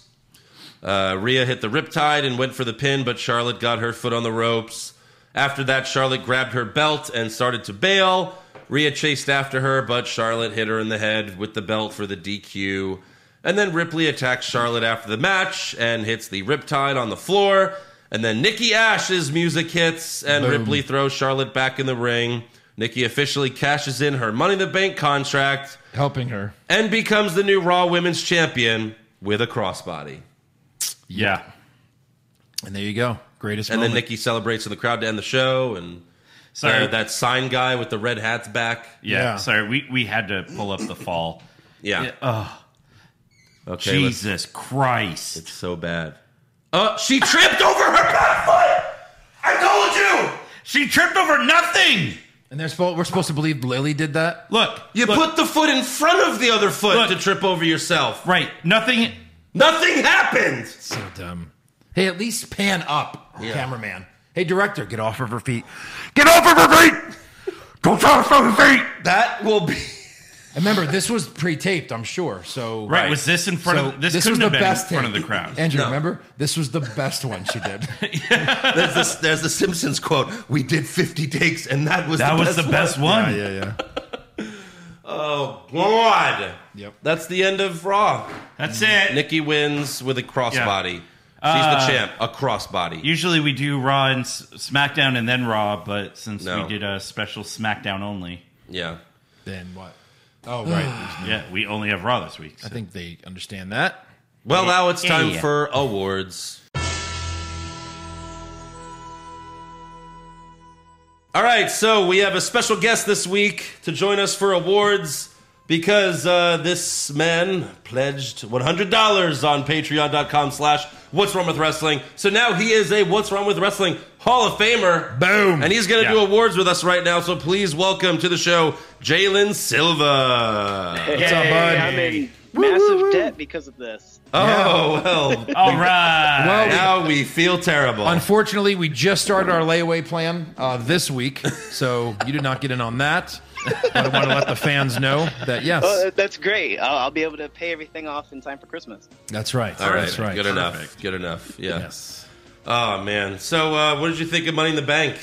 Uh, Rhea hit the riptide and went for the pin, but Charlotte got her foot on the ropes. After that, Charlotte grabbed her belt and started to bail. Rhea chased after her, but Charlotte hit her in the head with the belt for the DQ. And then Ripley attacks Charlotte after the match and hits the riptide on the floor. And then Nikki Ash's music hits, and Ripley throws Charlotte back in the ring. Nikki officially cashes in her Money in the Bank contract Helping her. and becomes the new Raw Women's Champion with a crossbody. Yeah. And there you go. Greatest And then moment. Nikki celebrates in the crowd to end the show, and Sorry. uh, that sign guy with the red hat's back. yeah. Yeah. Sorry. We, we had to pull up the fall. Yeah. (laughs) okay. let's- uh, Jesus Christ. It's so bad. Uh, she tripped over her back foot. I told She tripped over nothing. And they're supposed we're supposed to believe Lily did that. Look. you. You look, put the foot in front of the other foot Look. to trip over yourself. right. Nothing. Nothing happened. so dumb. Hey, at least pan up, Yeah. cameraman. Hey, director, get off of her feet. Get off of her feet. Don't try to her feet. That will be. (laughs) And remember, this was pre-taped, I'm sure. So Right. Was this in front So of this, couldn't have been in front of the take. crowd? Andrew, No. remember? This was the best one she (laughs) did. There's this. There's the Simpsons quote. We did 50 takes, and that was that the was best the best one. Yeah, yeah. God. Yep. That's the end of Raw. That's it. Nikki wins with a crossbody. She's Uh, the champ. A crossbody. Usually we do Raw and S- SmackDown and then Raw, but since No. we did a special SmackDown only, yeah. Then what? Oh, right. yeah, we only have Raw this week. I so- think they understand that. Well, now it's time Yeah. for awards. All right, so we have a special guest this week to join us for awards because uh, this man pledged $100 on patreon.com slash what's wrong with wrestling. So now he is a what's wrong with wrestling Hall of Famer. Boom. And he's going to Yeah. do awards with us right now. So please welcome to the show, Jalen Silva. What's up, bud? I'm in massive debt because of this. Oh, well, All right. Oh, Well, now we feel terrible. Unfortunately, we just started our layaway plan uh, this week, so you did not get in on that. But I want to let the fans know that Oh, yes, that- that's great. I'll, I'll be able to pay everything off in time for Christmas. That's right. All right, That's right. good enough. Perfect. Good enough. Yeah. Yes. Oh man. So, uh, what did you think of Money in the Bank?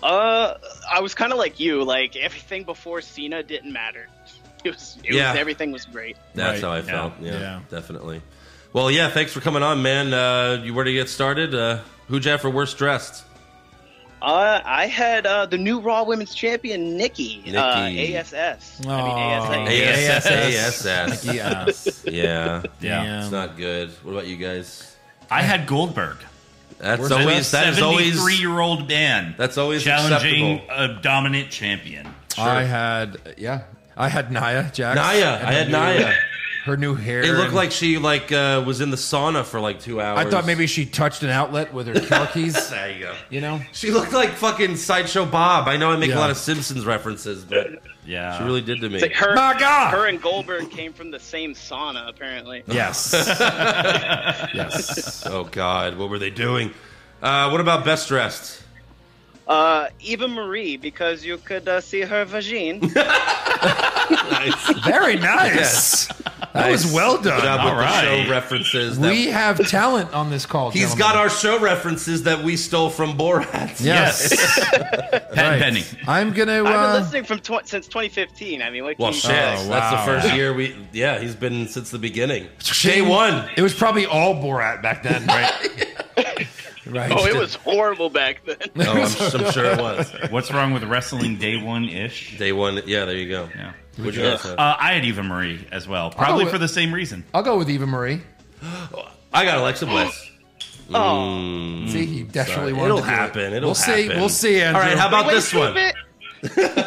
Uh, I was kind of like you. Like everything before Cena didn't matter. (laughs) It was, it Yeah. was everything was great. That's Right. how I felt. Yeah, Yeah. Yeah. Definitely. Well, yeah. Thanks for coming on, man. Uh, you were to get started. Uh, who'd you have for worst dressed? Uh, I had uh, the new Raw Women's Champion Nikki, Uh, Nikki. ASS. I Oh. mean ASS. ASS. ASS. ASS. Yeah. (laughs) (laughs) (laughs) Yeah. Yeah. Um, It's not good. What about you guys? I had Goldberg. That's always that is always year old man. that's always challenging acceptable. a dominant champion. I had yeah. I had Naya Jax. Naya. I and her had new- Naya. Her new hair. It looked and- like she like uh, was in the sauna for like two hours. I thought maybe she touched an outlet with her (laughs) car keys. there you go. You know, She looked like fucking sideshow Bob. I know I make a Yeah. lot of Simpsons references, but Yeah. she really did to me. It's like her, My God! her and Goldberg came from the same sauna, apparently. Yes. (laughs) yes. oh God, what were they doing? Uh, what about best dressed? Uh, Eva Marie, because you could uh, see her vagine. (laughs) Very nice. That was well Good done. job with All the right. show references. That We have talent on this call. He's gentlemen. got our show references that we stole from (laughs) Borat. yes. (laughs) Pen Right. Penny. I'm gonna. Uh, I've been listening from tw- since 2015. I mean, what Well, can you shit. That's the Oh, say? wow. first year we. Yeah, he's been since the beginning. Day Shane- one. (laughs) It was probably all Borat back then, right? (laughs) (laughs) right. Oh, it was horrible back then. Oh, I'm, I'm sure it (laughs) was. What's wrong with wrestling day one ish? Day one. Yeah, there you go. Yeah. What'd you guys have? Uh, I had Eva Marie as well, probably Oh, for the same reason. I'll go with Eva Marie. I got Alexa Bliss. oh, Mm. See, he definitely wanted It'll to do happen. It. It'll We'll see. happen. We'll see. Andrew. All right, how about Wait, this wait a one?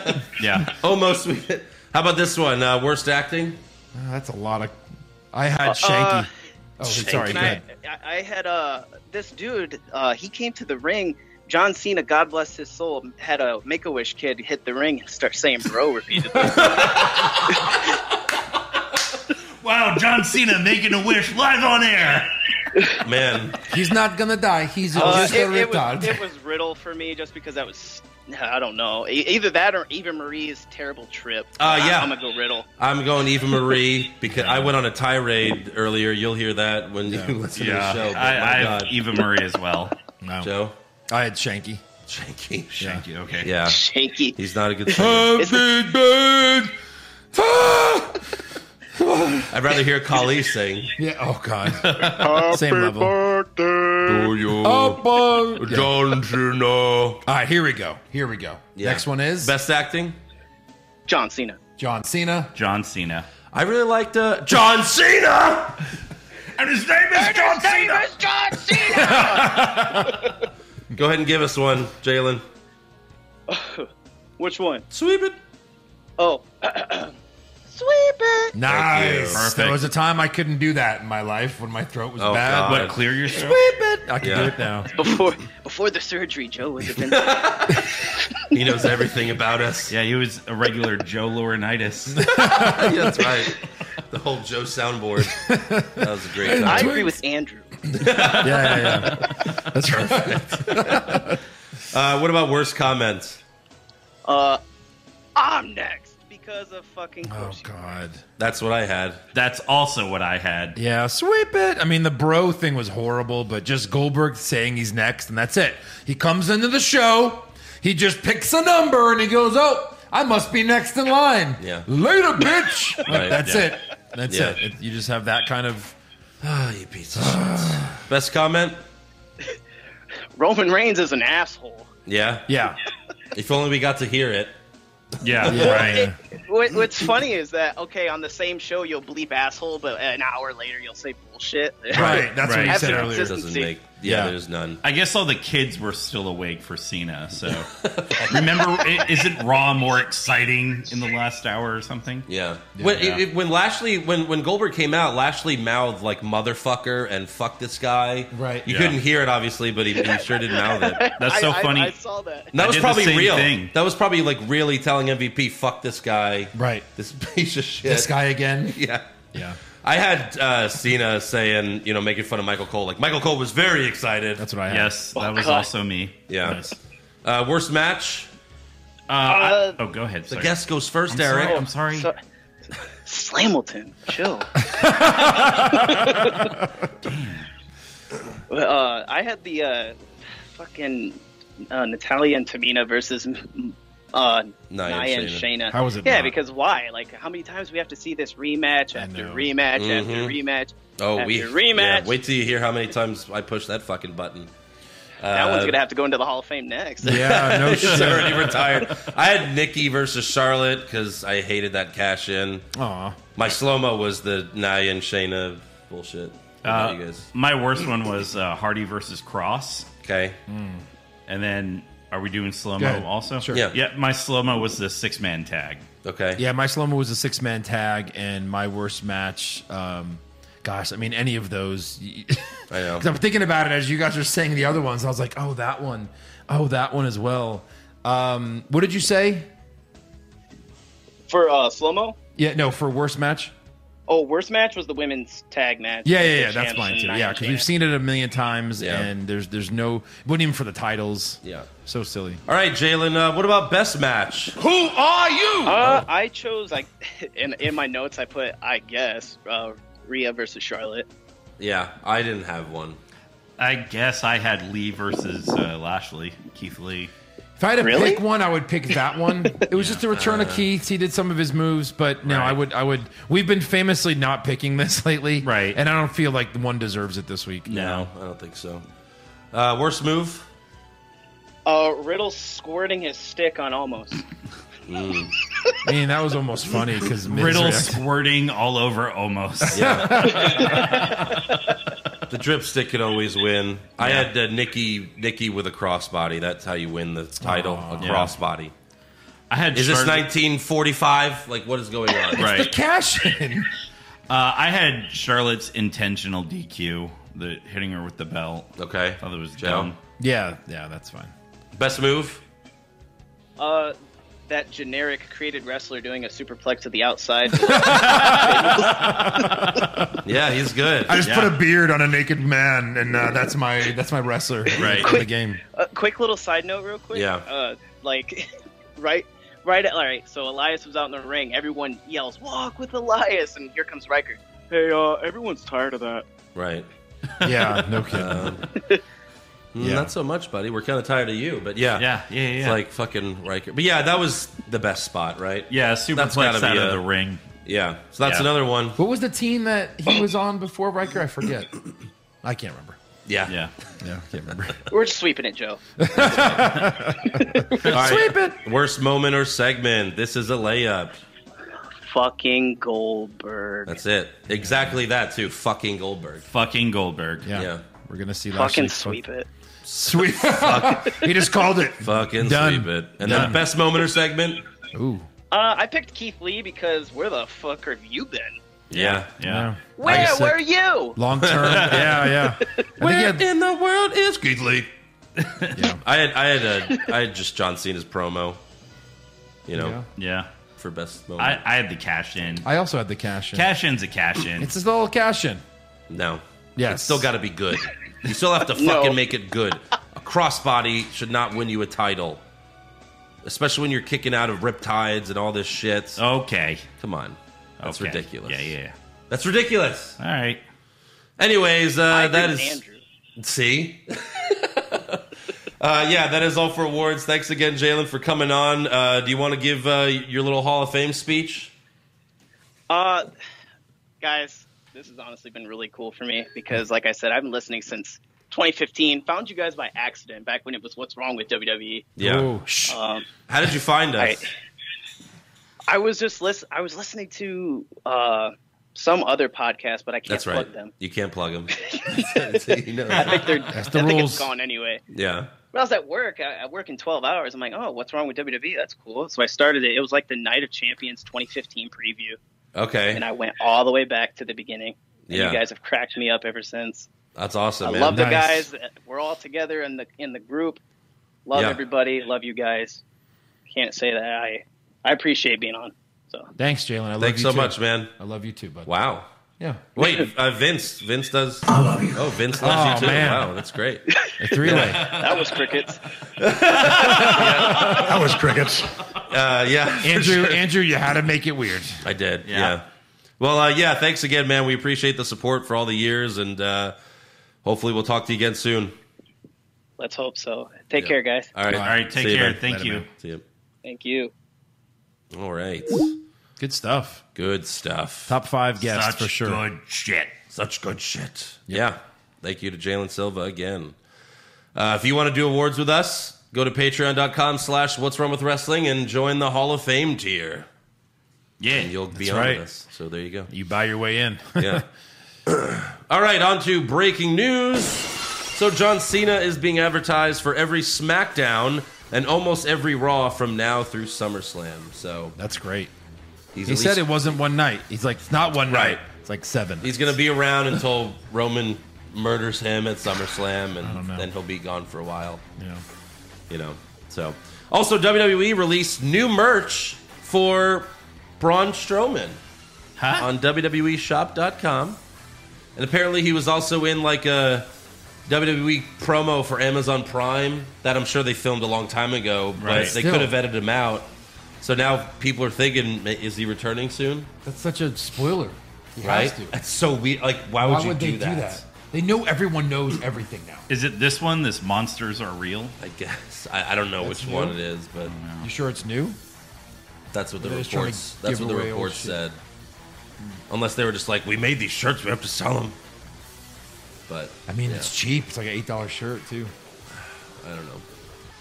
bit. Yeah. Almost. We, Oh, how about this one? Uh, worst acting. Uh, That's a lot of. I Uh, had Uh, Shanky. oh, sorry. And Go I, ahead. I I had uh, this dude. Uh, he came to the ring. John Cena, God bless his soul, had a Make a Wish kid hit the ring and start saying (laughs) "bro" repeatedly. Wow, John Cena making a wish live on air. Man, He's not gonna die. He's Uh, just it, a it retard. was, it was Riddle for me, just because that was. I don't know. E- Either that or Eva Marie's terrible trip. Uh, yeah. I'm gonna go Riddle. I'm going Eva Marie because I went on a tirade earlier. You'll hear that when you listen to Yeah. the show. But I, my I have God, Eva Marie as well. (laughs) No. Joe, I had Shanky. Shanky. Thank you. Okay. Yeah, Shaky. he's not a good singer. It's- I'd rather hear Kali sing. Yeah. Oh God. Same level. Do you, Oh, boy. Yeah. All don't you know? right. Here we go. Here we go. Yeah. Next one is Best acting. John Cena. John Cena. John Cena. I really liked uh, John Cena. And his name is John Cena. Go ahead and give us one, Jalen. Which one? Sweep it. Oh, (clears throat) sweep it. you. Nice. There Perfect. was a time I couldn't do that in my life when my throat was Oh, bad. God. What, clear your throat? but I can Yeah. do it now. Before before the surgery, Joe was a Vince- He knows everything about (laughs) us. Yeah, he was a regular Joe Laurinaitis. (laughs) Yeah, that's right. The whole Joe soundboard. That was a (laughs) great I time. agree with Andrew. Yeah, yeah, yeah. (laughs) That's right. Uh, what about worst comments? Uh, I'm next because of fucking Oh course. you are. God. That's what I had. That's also what I had. Yeah, sweep it. I mean, the bro thing was horrible, but just Goldberg saying he's next, and that's it. He comes into the show, he just picks a number, and he goes, "Oh, I must be next in line." Yeah. later, bitch. (laughs) Like, Right, that's yeah. it. That's Yeah. it. It- You just have that kind of. Ah, you piece of shit. Best comment? Roman Reigns is an asshole. Yeah. Yeah, If only we got to hear it. Yeah, Yeah. right. What, what's funny is that okay, on the same show you'll bleep asshole, but an hour later you'll say bullshit. (laughs) right. That's what Right. you After said earlier. consistent- Doesn't See. make. Yeah, Yeah. there's none. I guess all the kids were still awake for Cena. So remember, i- isn't Raw more exciting in the last hour or something? Yeah. When, Yeah. It, it- when Lashley, when, when Goldberg came out, Lashley mouthed like motherfucker and fuck this guy. Right. You Yeah. couldn't hear it, obviously, but he, he sure did mouth it. And That's so I, I- funny. I, saw that. That I was did the probably same real. thing. That was probably like really telling MVP, fuck this guy. Right. This (laughs) piece of shit. This guy again. Yeah. Yeah, I had uh, Cena saying, you know, making fun of Michael Cole. Like, Michael Cole was very excited. that's what I had. Yes, that was God. also me. Yeah. Nice. Uh, worst match? Uh, I- Uh, oh, go ahead. The Sorry. guest goes first, I'm Eric. sorry, I'm sorry. So- Slamilton, chill. uh, I had the uh, fucking uh, Natalia and Tamina versus mm, uh, Nia Nia, and and Shayna. How was it Yeah, not? because why? Like, how many times we have to see this rematch after know. rematch after Mhm. rematch? Oh, after we rematch. yeah, wait till you hear how many times I push that fucking button. that one's gonna have to go into the Hall of Fame next. Yeah, (laughs) no She's shit. already retired. I had Nikki versus Charlotte because I hated that cash in. Aw. My slow mo was the Nia and Shayna bullshit. What Uh, about you guys? My worst one was uh, Hardy versus Cross, Okay. mm. and then are we doing slow Go mo ahead. also? Sure. Yeah. Yeah, my slow mo was the six man tag. Okay. Yeah, my slumber was a six man tag, and my worst match. Um, gosh, I mean, any of those. (laughs) I know. 'Cause I'm thinking about it as you guys are saying the other ones. I was like, oh, that one. Oh, that one as well. Um, what did you say? For uh, slow mo, Yeah, no, for worst match? oh, worst match was the women's tag match. Yeah, yeah, Six yeah. That's champs mine and too. nine Yeah, because we've champs. seen it a million times, Yeah. and there's there's no it wasn't even for the titles. Yeah. so silly. All right, Jalen. Uh, what about best match? Who are you? Uh, I chose like (laughs) in in my notes I put I guess uh, Rhea versus Charlotte. Yeah, I didn't have one. I guess I had Lee versus uh, Lashley, Keith Lee. If I had to Really? pick one, I would pick that one. It was just the return of Keith. He did some of his moves, but no, I Right. would, I would. We've been famously not picking this (laughs) lately, Right. And I don't feel like the one deserves it this week. No. I don't think so. Uh, worst move? Uh, Riddle squirting his stick on almost. I mean, that was almost funny because Riddle squirting all over almost. (laughs) The dripstick could always win. I had uh, Nikki Nikki with a crossbody. That's how you win the title. a Oh, Yeah. crossbody. (laughs) I had Is this Charlotte- 1945? Like, what is going on? the Right. cash in. Uh, I had Charlotte's intentional DQ, the hitting her with the belt. Okay. I thought it was Joe. dumb. yeah, yeah, that's fine. Best move? Uh, that generic created wrestler doing a superplex to (laughs) the outside. Yeah, he's good. I just Yeah. put a beard on a naked man, and uh, that's my that's my wrestler Right. for the game. uh, quick little side note, real quick. Yeah. Uh, like, (laughs) right, right. All right. So Elias was out in the ring. Everyone yells, "Walk with Elias!" And here comes Riker. Hey, uh, everyone's tired of that. right. Yeah, no kidding. Mm, Not so much, buddy. We're kind of tired of you, but yeah. Yeah, yeah, yeah. It's like fucking Riker. But yeah, that was the best spot, right? yeah, That's superplex gotta out be of a- the ring. Yeah. So that's Yeah. another one. What was the team that he was on before Riker? I forget. I can't remember. Yeah. Yeah. Yeah, I can't remember. We're just sweeping it, Joe. All right. Sweep it. Worst moment or segment. This is a layup. Fucking Goldberg. That's it. Exactly that, too. Fucking Goldberg. Fucking Goldberg. Yeah. Yeah. We're gonna see. Fucking Lashley sweep it. Sweep. he just called it. Fucking Done. sweep it. And Done. then best moment or segment? Ooh, Uh, I picked Keith Lee because where the fuck have you been? Yeah. Yeah. Where said- were Uh, you? long term. (laughs) yeah, yeah. Where in the world is Keith Lee? I had I had a I had just John Cena's promo. You know, Yeah. Yeah. for best moment. I, I had the cash in. I also had the cash in. Cash in's a cash in. It's just the little cash in. no. Yes. It's still got to be good. You still have to fucking (laughs) No. make it good. A crossbody should not win you a title. Especially when you're kicking out of riptides and all this shit. okay. Come on. That's Oh. Okay. ridiculous. Yeah, yeah. That's ridiculous. yeah. All right. Anyways, uh, I agree that with is. Andrew. See? (laughs) uh, yeah, that is all for awards. Thanks again, Jalen, for coming on. Uh, do you want to give uh, your little Hall of Fame speech? Uh, guys, this has honestly been really cool for me because, like I said, I've been listening since 2015. Found you guys by accident back when it was "What's Wrong with E, WWE." Yeah. Ooh, shh. Uh, Um, How did you find us? (laughs) I, I was just listen. I was listening to uh, some other podcast, but I can't That's plug right. them. You can't plug (laughs) (laughs) them. you know. I think they're. the I think rules. it's gone anyway. Yeah. When I was at work, I, I work in 12 hours. I'm like, oh, what's wrong with WWE? That's cool. So I started it. It was like the Night of Champions 2015 preview, Okay. and I went all the way back to the beginning. And Yeah. you guys have cracked me up ever since. That's awesome, I man. love the Nice. guys. We're all together in the in the group. Love Yeah. everybody. Love you guys. Can't say that I I appreciate being on. So Thanks, Jalen. I love Thanks you so too. much, man. I love you too, bud. Wow. Yeah. Wait, uh, Vince. Vince does. I love you. Oh, Vince loves Oh, you too. man. Wow, that's great. A three way. that was (laughs) crickets. (laughs) That was crickets. Uh, yeah, (laughs) for Andrew, sure. Andrew, you had to make it weird. I did. Yeah. Yeah. Well, uh, yeah. Thanks again, man. We appreciate the support for all the years, and uh, hopefully, we'll talk to you again soon. Let's hope so. Take Yeah. care, guys. All right. All right. Take See you, care. man. Thank Later, you. man. See you. Thank you. All right. Good stuff. Good stuff. Top five guests Such for sure. good shit. Such good shit. Yeah. Thank you to Jalen Silva again. Uh, if you want to do awards with us, go to patreon.com slash what's wrong with wrestling and join the Hall of Fame tier. And Yeah. you'll be That's on right. with us. So there you (laughs) go. You buy your way in. Yeah. All right, on to breaking news. So John Cena is being advertised for every SmackDown and almost every Raw from now through SummerSlam. So That's great. he's He at said least- it wasn't one night. He's like, it's not one Right. night. It's like seven. he's going to be around until Roman murders him at SummerSlam, and don't know. then he'll be gone for a while. you know. you know. So, also WWE released new merch for Braun Strowman on E WWEShop.com, and apparently he was also in like a WWE promo for Amazon Prime that I'm sure they filmed a long time ago, but Right. they Still. could have edited him out. So now people are thinking, "Ma- is he returning soon? That's such a spoiler. He Right? has to. That's so weird. Like, why would Why you would do, they that? do that? They know everyone knows everything now. Is it this one? This monsters are real. I guess I, I don't know which new? one it is, but You sure it's new? That's what the They're just trying reports. to That's what give the away old reports shit. said. Unless they were just like, we made these shirts, we have to sell them. But I mean, yeah, it's cheap. It's like an eight dollar shirt too. I don't know.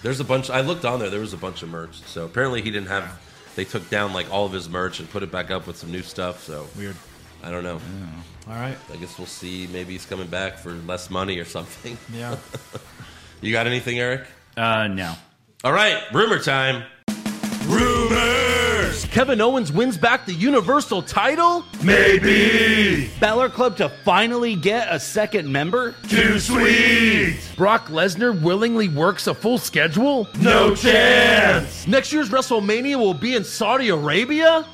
There's a bunch. I looked on there. There was a bunch of merch. So apparently he didn't have. They took down like all of his merch and put it back up with some new stuff. So Weird. I don't know. All right. I guess we'll see. Maybe he's coming back for less money or something. Yeah. (laughs) You got anything, Eric? Uh, no. All right, rumor time. Rumors. Kevin Owens wins back the Universal title? Maybe. Balor Club to finally get a second member? Too sweet. Brock Lesnar willingly works a full schedule? No chance. Next year's WrestleMania will be in Saudi Arabia?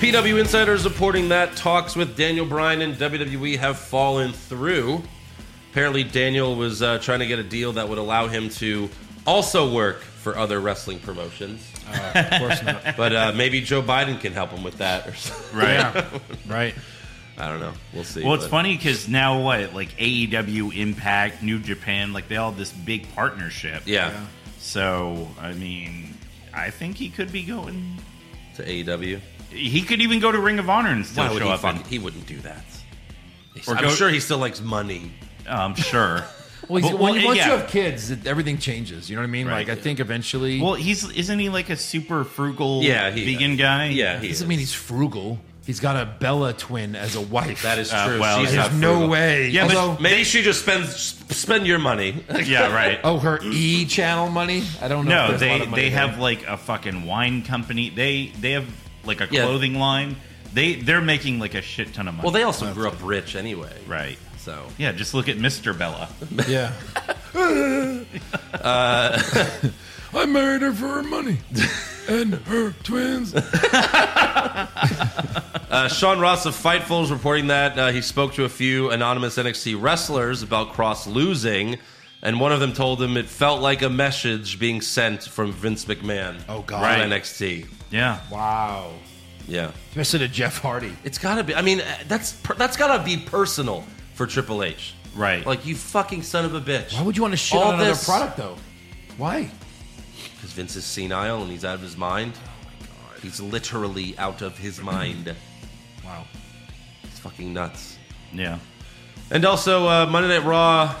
PW Insider is reporting that talks with Daniel Bryan and WWE have fallen through. Apparently, Daniel was uh, trying to get a deal that would allow him to also work for other wrestling promotions. Of course not. (laughs) But uh, maybe Joe Biden can help him with that. Or something. (laughs) Right. Right. I don't know. We'll see. Well, it's but- funny because now what? Like AEW, Impact, New Japan, like they all have this big partnership. Yeah, So I mean, I think he could be going. to AEW. He could even go to Ring of Honor and still Why would show he up. fuck And, He wouldn't do that. He's- Or I'm go- sure he still likes money. I'm um, sure. Well, he's, But- well, well, once yeah. you have kids, it- everything changes. You know what I mean? Right, like, I think eventually. Well, he's isn't he like a super frugal Yeah, he- vegan guy? Yeah, he doesn't is. mean he's frugal. He's got a Bella twin as a wife. that is true. Uh, well, She's not there's There's no frugal. way. Yeah, but- Although, Maybe she just spends spend your money. (laughs) Yeah, right. oh, her E channel money. I don't know. No, if there's a lot they of money they there. have like a fucking wine company. They they have like a Yeah. clothing line. They they're making like a shit ton of money. Well, they also grew up rich anyway, right. so Yeah, just look at Mr. Bella. Yeah. Uh, (laughs) I married her for her money and her twins. Uh, Sean Ross of Fightful is reporting that uh, he spoke to a few anonymous NXT wrestlers about Cross losing, and one of them told him it felt like a message being sent from Vince McMahon. Oh, God. on Right. NXT. Yeah. Wow. Yeah, Especially to Jeff Hardy. it's gotta be. I mean, uh, that's per- that's gotta be personal for Triple H. Right. Like you fucking son of a bitch. Why would you want to shit All on another this- product though? Why? Because Vince is senile and he's out of his mind. Oh, He's literally out of his mind. Wow. It's fucking nuts. yeah. And also, uh, Monday Night Raw,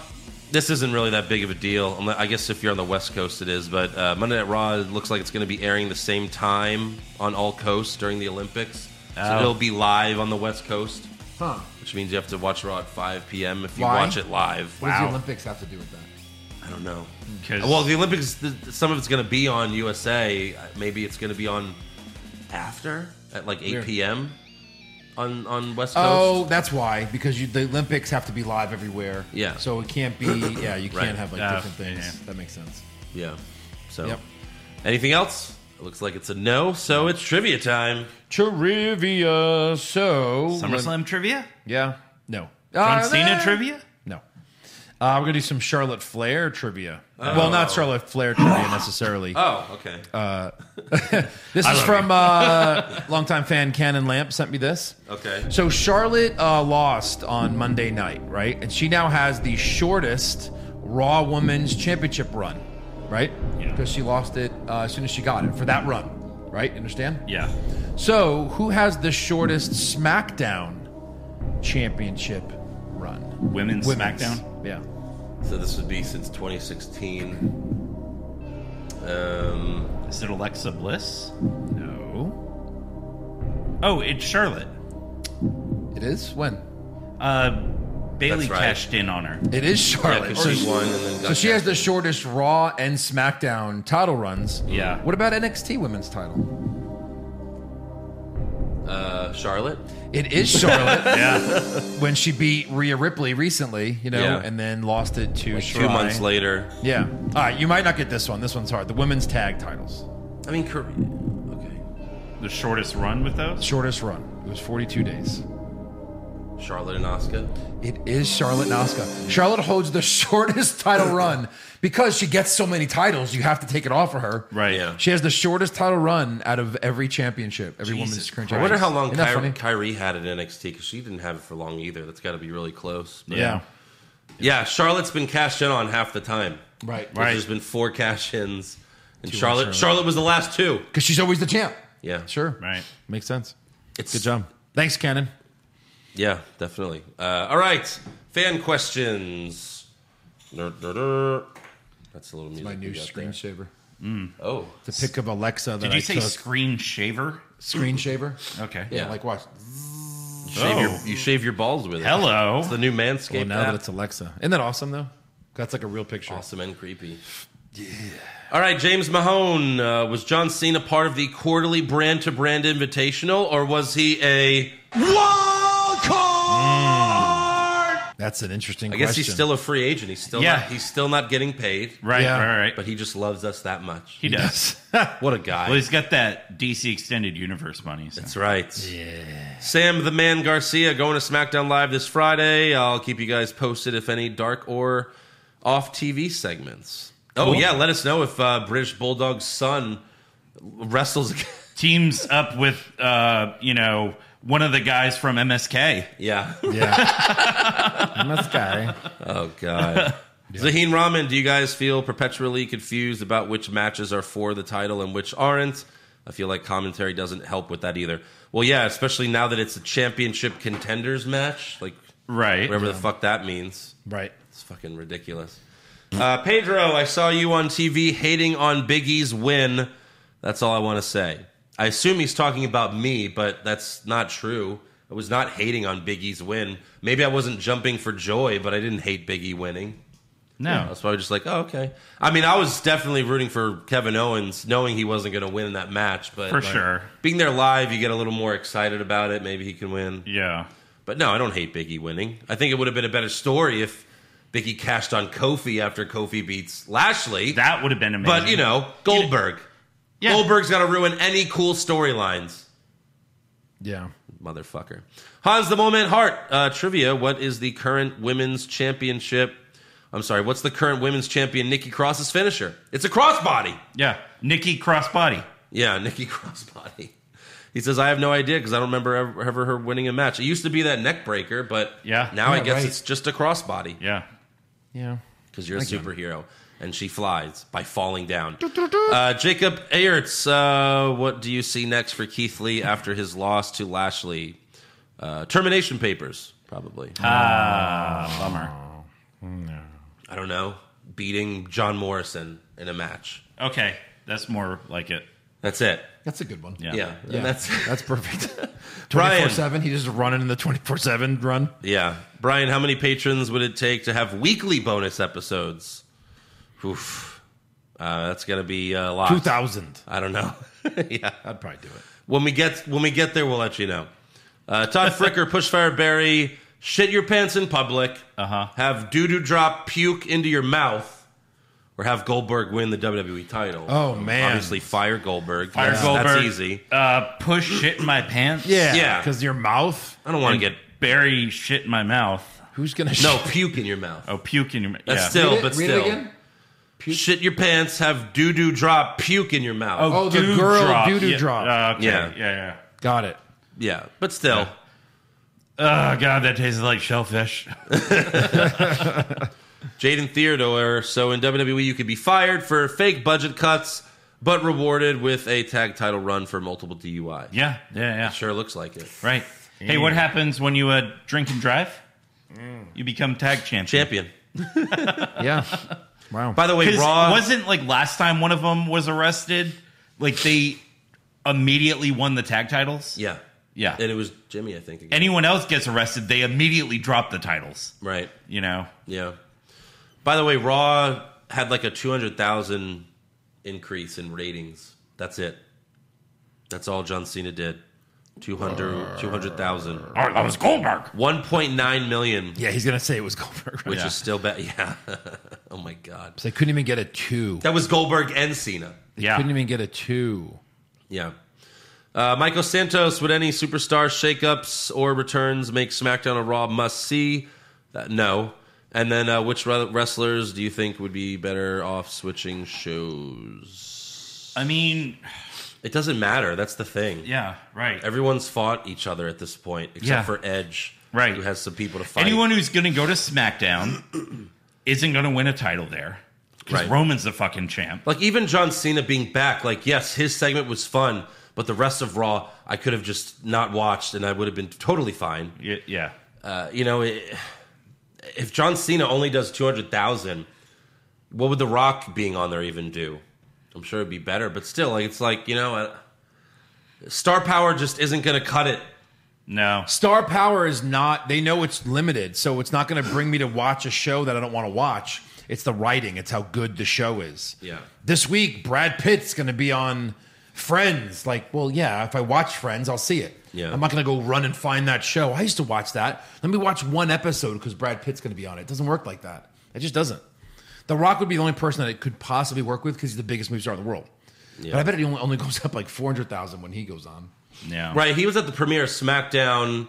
this isn't really that big of a deal. Unle- I guess if you're on the West Coast, it is. But uh, Monday Night Raw it looks like it's going to be airing the same time on all coasts during the Olympics. So Oh. it'll be live on the West Coast, Huh. which means you have to watch Raw at 5 p.m. if you Why? watch it live. What does Wow. the Olympics have to do with that? I don't know. 'Cause- Well, the Olympics, th- some of it's going to be on USA. Uh, Maybe it's going to be on after at like 8 p.m. on on West Coast. Oh, that's why. Because you, the Olympics have to be live everywhere. Yeah. So it can't be. Yeah, you can't Right. have like Oh, different things. yeah. That makes sense. Yeah. So, Yep. anything else? It looks like it's a no. So it's trivia time. Trivia. So. SummerSlam trivia? Yeah. No. John Uh, Cena eh, trivia? No. Uh, we're gonna do some Charlotte Flair trivia. Well, not Charlotte Flair trivia necessarily. Oh, okay. Uh, This is from uh, longtime fan Cannon Lamp sent me this. okay. So Charlotte uh, lost on Monday night, right? And she now has the shortest Raw Women's Championship run, right? Yeah. Because she lost it uh, as soon as she got it for that run, right? Understand? Yeah. So who has the shortest SmackDown Championship run? Women's, Women's. SmackDown? Yeah. So this would be since 2016. Um, Is it Alexa Bliss? No. Oh, it's Charlotte. It is when Uh, Bailey That's right. cashed in on her. it is Charlotte. 'cause she won and then so got she has cashed the shortest Raw and SmackDown title runs. Yeah. What about NXT Women's title? uh, Charlotte. It is (laughs) Charlotte Yeah. when she beat Rhea Ripley recently, you know, Yeah. and then lost it to Like Shirai. two months later. Yeah. All right, you might not get this one. This one's hard. The women's tag titles, I mean, Cor- okay. the shortest run with those? shortest run. It was 42 days. Charlotte and Oscar. It is Charlotte and Asuka. Charlotte holds the (laughs) shortest title run because she gets so many titles. You have to take it off of her. Right. Yeah. She has the shortest title run out of every championship, every women's Jesus screen I wonder championship. how long Isn't that Kyrie, funny? Kyrie had in NXT because she didn't have it for long either. That's got to be really close. But- Yeah. Yeah, Charlotte's been cashed in on half the time. Right. Because Right. There's been four cash ins, and Charlotte, Charlotte was the last two. she's always the champ. Yeah, Sure. Right. Makes sense. It's Good job. Thanks, Cannon. Yeah, definitely. Uh, all right, fan questions. Dur, dur, dur. That's a little music. My new we got screen shaver. there. Oh, The pick of Alexa that Did I you say took. screen shaver? screen shaver? Okay. Yeah. Like watch. shave Oh. your, you shave your balls with it. Hello. it's the new Manscaped. Well, now app. that it's Alexa, isn't that awesome though? That's like a real picture. Awesome and creepy. Yeah. All right, James Mahone. Uh, was John Cena part of the quarterly brand to brand invitational, or was he a. That's an interesting. I guess question. he's still a free agent. He's still Yeah. not, he's still not getting paid, Right, Yeah. right, right. but he just loves us that much. he does. what a guy. (laughs) well, he's got that DC Extended Universe money. So. That's right. Yeah. Sam the Man Garcia going to SmackDown Live this Friday. I'll keep you guys posted if any dark or off TV segments. Oh, yeah. Let us know if uh, British Bulldog's son wrestles again. Teams up with, uh, you know, one of the guys from MSK. yeah. (laughs) Yeah. That's guy. (laughs) Oh, God. Zaheen Rahman, do you guys feel perpetually confused about which matches are for the title and which aren't? I feel like commentary doesn't help with that either. Well, yeah, especially now that it's a championship contenders match. Like, Right. whatever the fuck that means. Right. It's fucking ridiculous. Uh, Pedro, I saw you on TV hating on Biggie's win. That's all I want to say. I assume he's talking about me, but that's not true. I was not hating on Biggie's win. Maybe I wasn't jumping for joy, but I didn't hate Biggie winning. No. That's why I was just like, oh, okay. I mean, I was definitely rooting for Kevin Owens, knowing he wasn't going to win that match. But For like, sure. being there live, you get a little more excited about it. Maybe he can win. Yeah. But no, I don't hate Biggie winning. I think it would have been a better story if Biggie cashed on Kofi after Kofi beats Lashley. That would have been amazing. but you know, Goldberg. Yeah. Goldberg's got to ruin any cool storylines. Yeah. Motherfucker. Hans the Moment Hart. Uh, trivia. What is the current women's championship? I'm sorry. What's the current women's champion Nikki Cross's finisher? It's a crossbody. Yeah. Nikki Crossbody. Yeah, (laughs) Nikki Crossbody. He says, I have no idea because I don't remember ever, ever her winning a match. It used to be that neck breaker, but Yeah. now I Yeah, guess right. it's just a crossbody. Yeah. Oh. Yeah. because you're a superhero. And she flies by falling down. Uh, Jacob Ayerts, uh, what do you see next for Keith Lee after his loss to Lashley? Uh, termination papers, probably. Uh, bummer. I don't know. Beating John Morrison in a match. Okay. That's more like it. That's it. That's a good one. Yeah. Yeah. And that's (laughs) That's perfect. Brian. 24 7. He just running in the 24 7 run. (laughs) Yeah. Brian, how many patrons would it take to have weekly bonus episodes? Oof. Uh, that's going to be a lot. 2,000. I don't know. (laughs) yeah. I'd probably do it. When we get when we get there, we'll let you know. Uh, (laughs) Todd Fricker, Pushfire Barry, shit your pants in public. Uh-huh. Have doo doo drop puke into your mouth, or have Goldberg win the WWE title. Oh, man. Obviously, fire Goldberg. Fire that's, Goldberg. That's easy. Uh, push shit in my pants. Yeah. Because your mouth, I don't want to get Bury shit in my mouth. who's (laughs) going to no puke in your mouth. Oh, puke in your mouth. That's yeah. still, Read it- but read it still. again? Shit your pants. Have doo doo drop puke in your mouth. Oh, the doo girl drop. doo-doo yeah. drop. Uh, okay. Yeah. Yeah. Yeah. Got it. yeah, but still. Oh god, that tastes like shellfish. (laughs) Jaden Theodore. So in WWE, you could be fired for fake budget cuts, but rewarded with a tag title run for multiple DUI. Yeah. Yeah. Yeah. Sure looks like it. Right. Hey, what happens when you uh, drink and drive? You become tag champion. Champion. (laughs) yeah. Wow. By the way, 'Cause Raw wasn't like last time one of them was arrested. Like they immediately won the tag titles. Yeah. Yeah. And it was Jimmy, I think. Again. Anyone else gets arrested, they immediately drop the titles. Right. You know. Yeah. By the way, Raw had like a 200,000 increase in ratings. That's it. That's all John Cena did. 200 200,000. Oh, that was Goldberg. 1.9 million, Yeah, he's gonna say it was Goldberg. which Right? is still bad. (laughs) Yeah. oh my god. So they couldn't even get a two. That was Goldberg and Cena. Yeah. Couldn't even get a two. Yeah. Uh, Michael Santos, would any superstar shakeups or returns make SmackDown a Raw must see? Uh, no. And then, uh, which re- wrestlers do you think would be better off switching shows? I mean, It doesn't matter. That's the thing. yeah, right. Everyone's fought each other at this point, except Yeah. for Edge, Right. Who has some people to fight. Anyone who's going to go to SmackDown (clears throat) isn't going to win a title there. Because Right. Roman's the fucking champ. Like even John Cena being back, like yes, his segment was fun, but the rest of Raw I could have just not watched, and I would have been totally fine. Y- yeah. Uh, you know, it, if John Cena only does two hundred thousand, what would The Rock being on there even do? I'm sure it'd be better, but still, like it's like you know, uh, star power just isn't going to cut it. No. Star power is not. They know it's limited, so it's not going to bring me to watch a show that I don't want to watch. It's the writing. It's how good the show is. Yeah. This week, Brad Pitt's going to be on Friends. Like, well, yeah. If I watch Friends, I'll see it. Yeah. I'm not going to go run and find that show. I used to watch that. Let me watch one episode because Brad Pitt's going to be on it. It doesn't work like that. It just doesn't. The Rock would be the only person that it could possibly work with because he's the biggest movie star in the world. But I bet it only, only goes up like four hundred thousand when he goes on. No. Right, he was at the premiere of SmackDown,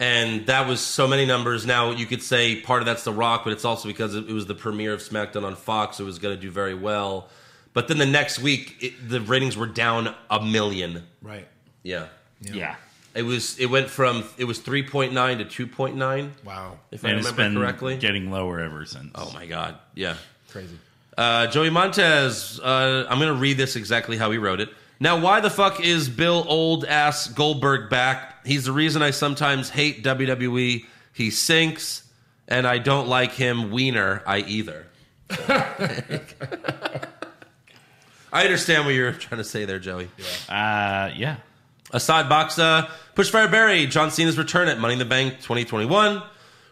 and that was so many numbers. Now you could say part of that's The Rock, but it's also because it was the premiere of SmackDown on Fox. It was going to do very well, but then the next week it, the ratings were down a million. Right. Yeah, Yeah. it was. It went from it was three point nine to two point nine. Wow. If I And it's remember been correctly. getting lower ever since. oh my god! Yeah. Crazy. Uh, Joey Montez, uh, I'm going to read this exactly how he wrote it. Now, why the fuck is Bill Old Ass Goldberg back? He's the reason I sometimes hate WWE. He sinks, and I don't like him, Wiener, I (laughs) either. I understand what you're trying to say there, Joey. Uh, yeah. Assad Boxa, Pushfire Barry, John Cena's return at Money in the Bank 2021,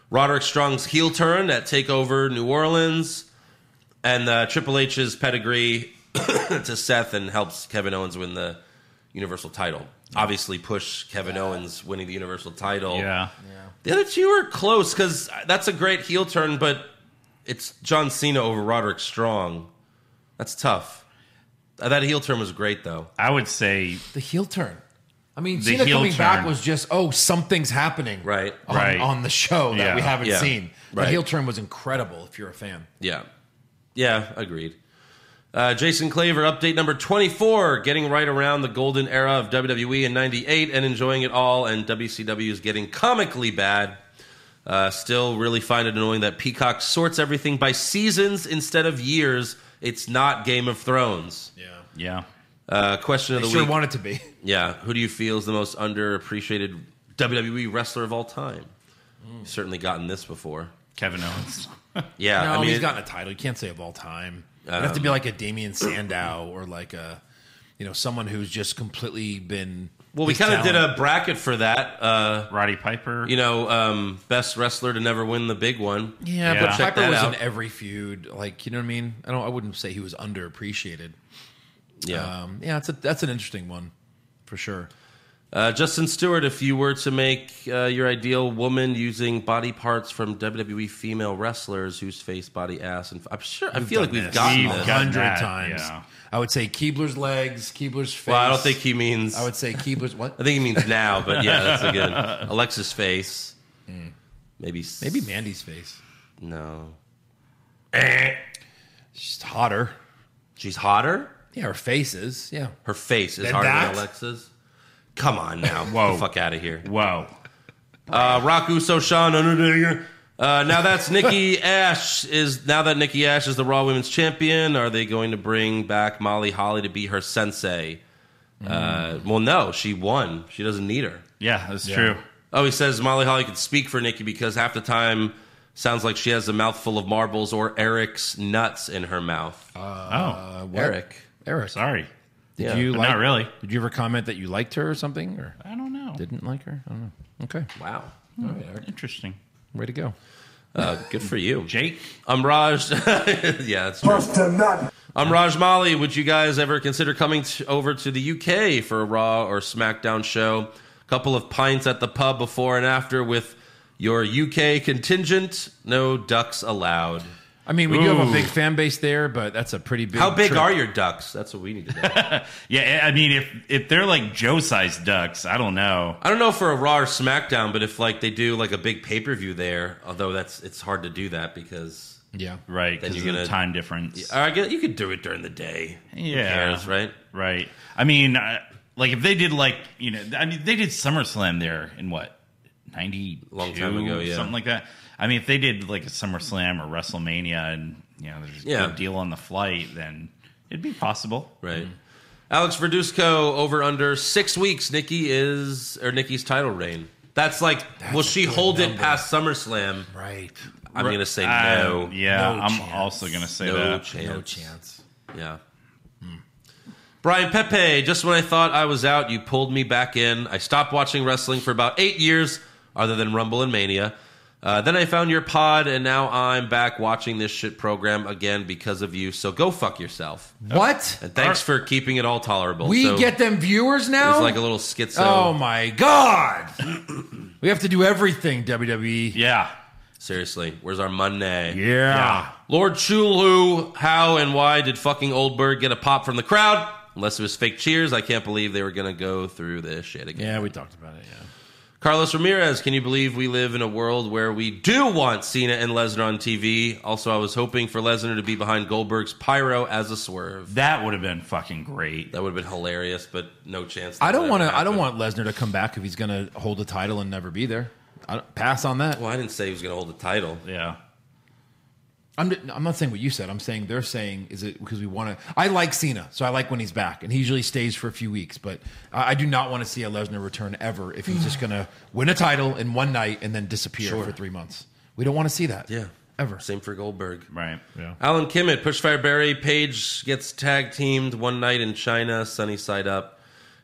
Roderick Strong's heel turn at TakeOver New Orleans, and uh, Triple H's pedigree (coughs) to Seth and helps Kevin Owens win the Universal title. Obviously, push Kevin Owens winning the Universal title. Yeah. The other two are close because that's a great heel turn, but it's John Cena over Roderick Strong. That's tough. Uh, That heel turn was great, though. I would say The heel turn. I mean, The Cena heel coming turn. back was just, oh, something's happening Right. on, Right. on the show that Yeah. we haven't Yeah. seen. The Right. heel turn was incredible if you're a fan. Yeah. Yeah, agreed. Uh, Jason Claver, update number 24, getting right around the golden era of WWE in 98 and enjoying it all, and WCW is getting comically bad. Uh, still really find it annoying that Peacock sorts everything by seasons instead of years. It's not Game of Thrones. Yeah. yeah. Uh, question of They the sure week. want it to be. Yeah, who do you feel is the most underappreciated WWE wrestler of all time? Mm. You've certainly gotten this before. Kevin (laughs) Owens. Yeah, (laughs) No, I mean, he's gotten a title. You can't say of all time. It'd have to be like a Damian Sandow or like a, you know, someone who's just completely been. well, we his kind of did talent. a bracket for that. Uh, Roddy Piper. you know, um, best wrestler to never win the big one. Yeah, Yeah. but Check Piper that was out. in every feud. Like, you know what I mean? I don't. I wouldn't say he was underappreciated. Yeah. Um, yeah, that's a that's an interesting one, for sure. Uh, Justin Stewart, if you were to make uh, your ideal woman using body parts from WWE female wrestlers, whose face, body, ass, and I'm sure I feel like we've this. gotten We've this. got- hundred that, times. yeah. I would say Keebler's legs, Keebler's face. well, I don't think he means. I would say Keebler's what? I think he means (laughs) now, but yeah, that's a good Alexa's face. Maybe s- Mm. Maybe Mandy's face. no. She's hotter. She's hotter. Yeah, her face is. Yeah. Her face is Than harder that? than Alexa's. Come on (laughs) now, Whoa. Get the fuck out of here. Whoa. Uh, Raku Soshan Undertaker. Uh, now that's Nikki Ash is now that Nikki Ash is the Raw Women's Champion. Are they going to bring back Molly Holly to be her sensei? Uh, well, no, she won. She doesn't need her. Yeah, that's true. Oh, he says Molly Holly could speak for Nikki because half the time Sounds like she has a mouthful of marbles or Eric's nuts in her mouth. Uh, what? Eric. Eric. Sorry. Did Yeah. you But like, not really. Did you ever comment that you liked her or something, or I don't know. didn't like her? I don't know. Okay, Wow. Hmm. Interesting. way to go. Uh, good for you. Jake? Amraj. (laughs) yeah, that's true. Bust a nut. Amraj Mali, would you guys ever consider coming t- over to the UK for a Raw or SmackDown show? Couple of pints at the pub before and after with your UK contingent. No ducks allowed. I mean, we do have a Ooh. big fan base there, but that's a pretty big. How big trip. are your ducks? That's what we need to (laughs) know. Yeah, I I mean, if if they're like Joe-sized ducks, I don't know. I don't know for a Raw or SmackDown, but if like they do like a big pay per view there, although that's it's hard to do that because Yeah, Right, Then because of you're the gonna- time difference. I guess you could do it during the day. Who Yeah. cares, right? Right. I mean, uh, like if they did like you know, I mean, they did SummerSlam there in what ninety Long time ago, yeah. something like that. I mean, if they did like a SummerSlam or WrestleMania, and you know, there's a Yeah. good deal on the flight, then it'd be possible. Right. Alex Verduzco over under six weeks. Nikki is or Nikki's title reign. That's like, will she hold it past SummerSlam? right. I'm gonna say I- no. Uh, yeah, No I'm chance. also gonna say no that. chance. No chance. Yeah. Brian Pepe, just when I thought I was out, you pulled me back in. I stopped watching wrestling for about eight years, other than Rumble and Mania. Uh, then I found your pod, and now I'm back watching this shit program again because of you. So go fuck yourself. What? Oh. And thanks for keeping it all tolerable. We So get them viewers now. It's like a little schizo. oh my (coughs) god! we have to do everything E. WWE. Yeah. Seriously, where's our money? yeah. Lord Chulu, how and why did fucking Oldberg get a pop from the crowd? Unless it was fake cheers, I can't believe they were gonna go through this shit again. Yeah, we talked about it. Yeah. Carlos Ramirez, can you believe we live in a world where we do want Cena and Lesnar on TV? Also, I was hoping for Lesnar to be behind Goldberg's pyro as a swerve. That would have been fucking great. That would have been hilarious, but no chance. I don't that want to. ever I don't happened. want Lesnar to come back if he's going to hold the title and never be there. I don't, pass on that. Well, I didn't say he was gonna hold the title. Yeah. I'm, I'm not saying what you said. I'm saying they're saying is it because we want to. I like Cena, so I like when he's back, and he usually stays for a few weeks. But I, I do not want to see a Lesnar return ever if he's just going to win a title in one night and then disappear for three months. We don't want to see that. Yeah, ever. Same for Goldberg. Right. Yeah. Alan Kim at Pushfire Barry. Page gets tag teamed one night in China, sunny side up.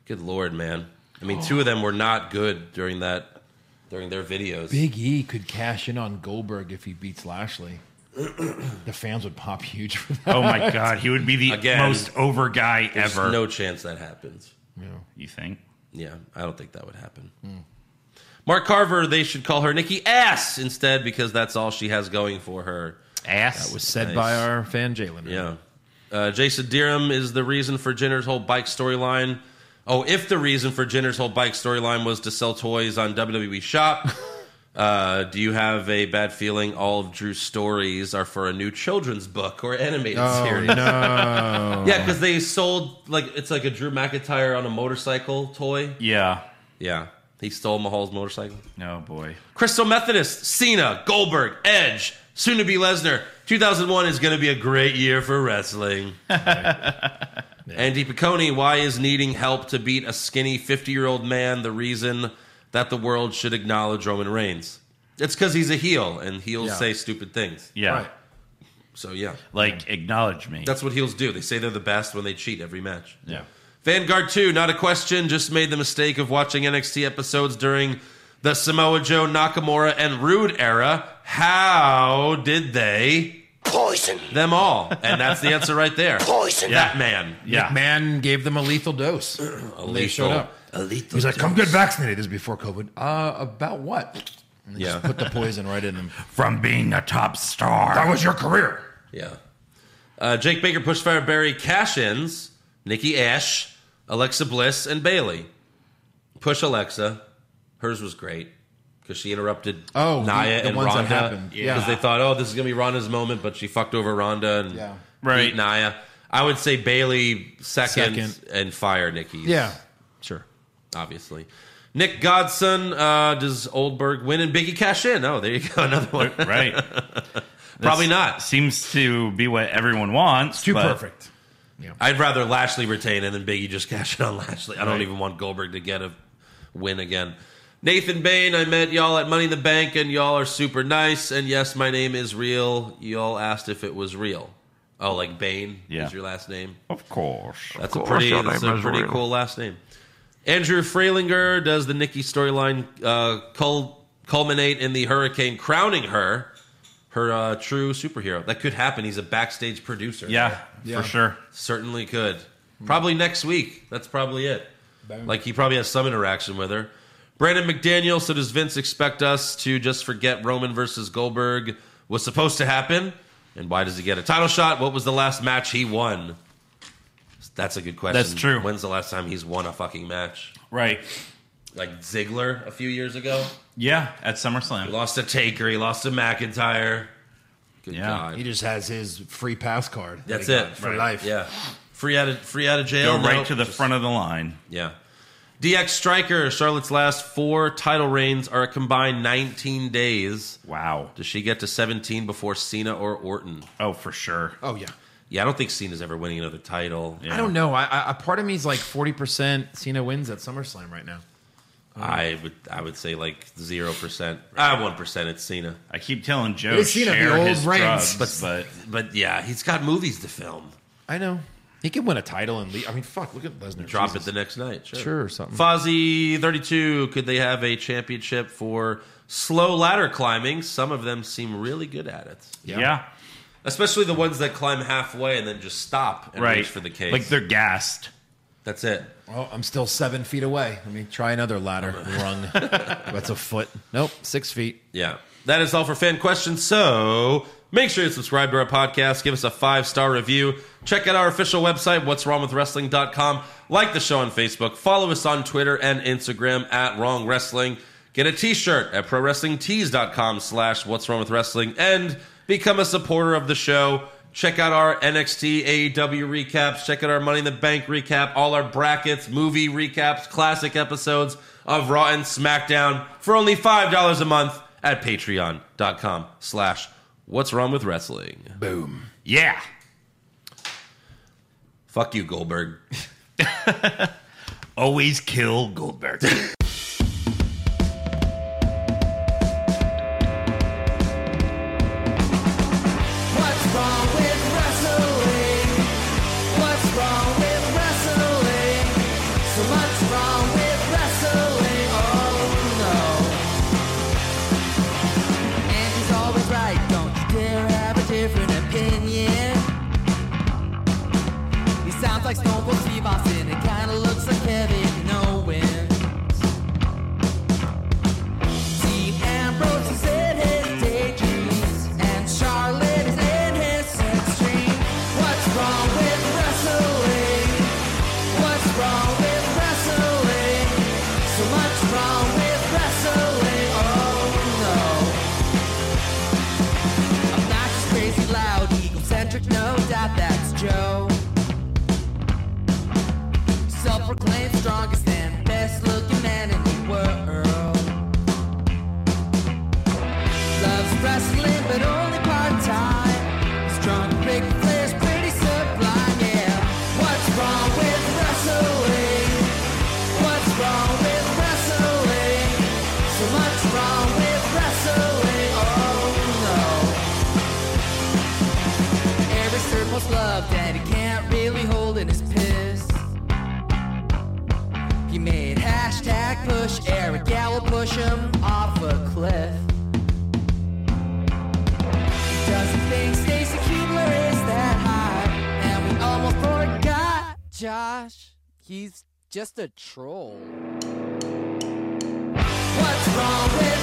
Good lord, man. I mean, two of them were not good during that during their videos. Big E could cash in on Goldberg if he beats Lashley. (clears throat) the fans would pop huge for that. (laughs) Oh my god, he would be the Again, most over guy There's ever. no chance that happens. you think? Yeah, I don't think that would happen. Mark Carver, they should call her Nikki Ass instead because that's all she has going for her. Ass. was said Nice. by our fan Jalen. Yeah. Uh, Jason Deerham is the reason for Jenner's whole bike storyline. Oh, if the reason for Jenner's whole bike storyline was to sell toys on WWE Shop, uh, do you have a bad feeling all of Drew's stories are for a new children's book or animated Oh, Oh, series? no. Yeah, because they sold, like, it's like a Drew McIntyre on a motorcycle toy. yeah. Yeah. He stole Mahal's motorcycle. Oh boy. Crystal Methodist, Cena, Goldberg, Edge, soon to be Lesnar. 2001 is going to be a great year for wrestling. Andy Piccone, why is needing help to beat a skinny 50 year old man the reason that the world should acknowledge Roman Reigns? It's because he's a heel and heels Yeah. say stupid things. Yeah. Right. So, yeah, Like acknowledge me. that's what heels do. They say they're the best when they cheat every match. yeah. Vanguard 2, not a question, just made the mistake of watching NXT episodes during the Samoa Joe, Nakamura, and Rude era. How did they? Poison. Them all. And that's the answer right (laughs) there. Poison. That man. Yeah. Man gave them a (clears throat) lethal dose. A They showed up. A lethal He's like, dose. "Come get vaccinated." This is before COVID. Uh, about what? And they Yeah. just put the poison right in them. From being a top star. That was your career. Yeah. Uh, Jake Baker, Pushfire Barry, Cash Ins, Nikki Ash, Alexa Bliss, and Bailey. Push Alexa. Hers was great because she interrupted Oh, the- Naya the and ones Ronda that happened. Yeah. because they thought, oh, this is gonna be Ronda's moment, but she fucked over Ronda and Yeah. Right. beat Naya. I would say Bailey second, Second. and fire Nikki. Yeah, sure. obviously. Nick Godson, uh, does Oldberg win and Biggie cash in? Oh, there you go, (laughs) another one. right. Probably This not. Seems to be what everyone wants. Too but- perfect. I'd rather Lashley retain and then Biggie just cash it on Lashley. I don't even want Goldberg to get a win again. Nathan Bain, I met y'all at Money in the Bank, and y'all are super nice. And yes, my name is real. Y'all asked if it was real. Oh, like Bain Yeah. is your last name. Of course. That's a pretty, that's a pretty cool last name. Andrew Freilinger does the Nikki storyline uh, cul- culminate in the Hurricane crowning her her uh, true superhero? That could happen. He's a backstage producer. Yeah, Yeah. for sure. Certainly could. Hmm. Probably next week. That's probably it. Boom. Like he probably has some interaction with her. Brandon McDaniel. So does Vince expect us to just forget Roman versus Goldberg was supposed to happen? And why does he get a title shot? What was the last match he won? That's a good question. That's true. When's the last time he's won a fucking match? Right. Like Ziggler a few years ago. Yeah, at SummerSlam. He lost to Taker. He lost to McIntyre. Good God. He just has his free pass card. that That's he got it. for Right. life. Yeah. Free out of free out of jail. Go right No. to the front of the line. Yeah. DX Striker, Charlotte's last four title reigns are a combined 19 days. Wow. Does she get to 17 before Cena or Orton? Oh, for sure. Oh yeah. Yeah, I don't think Cena's ever winning another title. I don't know. I, I a part of me is like forty percent Cena wins at SummerSlam right now. I would I would say like zero percent. Ah, one percent. It's Cena. I keep telling Joe It's Cena, the share old his reigns. drugs, but, But yeah, he's got movies to film. I know he could win a title and leave. I mean, fuck, look at Lesnar. Drop Jesus. it the next night. Sure, Sure, or something. Fozzy thirty two. Could they have a championship for slow ladder climbing? Some of them seem really good at it. yeah. Especially the ones that climb halfway and then just stop and right. reach for the case. Like they're gassed. That's it. Well, I'm still seven feet away. Let me try another (laughs) ladder rung. That's a foot. Nope, six feet. Yeah. That is all for fan questions. So make sure you subscribe to our podcast. Give us a five star review. Check out our official website, what's wrong with wrestling.com. Like the show on Facebook. Follow us on Twitter and Instagram at Wrong Wrestling. Get a t shirt at prowrestlingtees.com slash what's wrong with wrestling and become a supporter of the show. Check out our NXT AEW E recaps. Check out our Money in the Bank recap, all our brackets, movie recaps, classic episodes of Raw and SmackDown for only $5 a month at patreon.com slash what's wrong with wrestling. Boom. Yeah. Fuck you, Goldberg. Always kill Goldberg. (laughs) What's wrong with wrestling? What's wrong with wrestling? So much wrong with wrestling. Oh no. And she's always right. Don't you dare have a different opinion. He sounds like Stone Cold Steve Austin. It kinda looks like Kevin Owens. Dean Ambrose is in his daydreams, and Charlotte is in his sex dream. What's wrong with wrestling? What's wrong with wrestling? So much wrong with wrestling. Oh no. Obnoxious, crazy, loud, egocentric, no doubt that's Joe. Self proclaimed strongest and best looking man in the world. Loves wrestling, but only part time. His drunk big player's pretty sublime, yeah. What's wrong with wrestling? What's wrong with wrestling? So much wrong with wrestling, oh no. Every circle's love that he can't really hold in his piss. He made hashtag push Eric Gallo push him off a cliff. He doesn't think Stacy Kubler is that hot, and we almost forgot Josh. He's just a troll. What's wrong with Oh, Oh,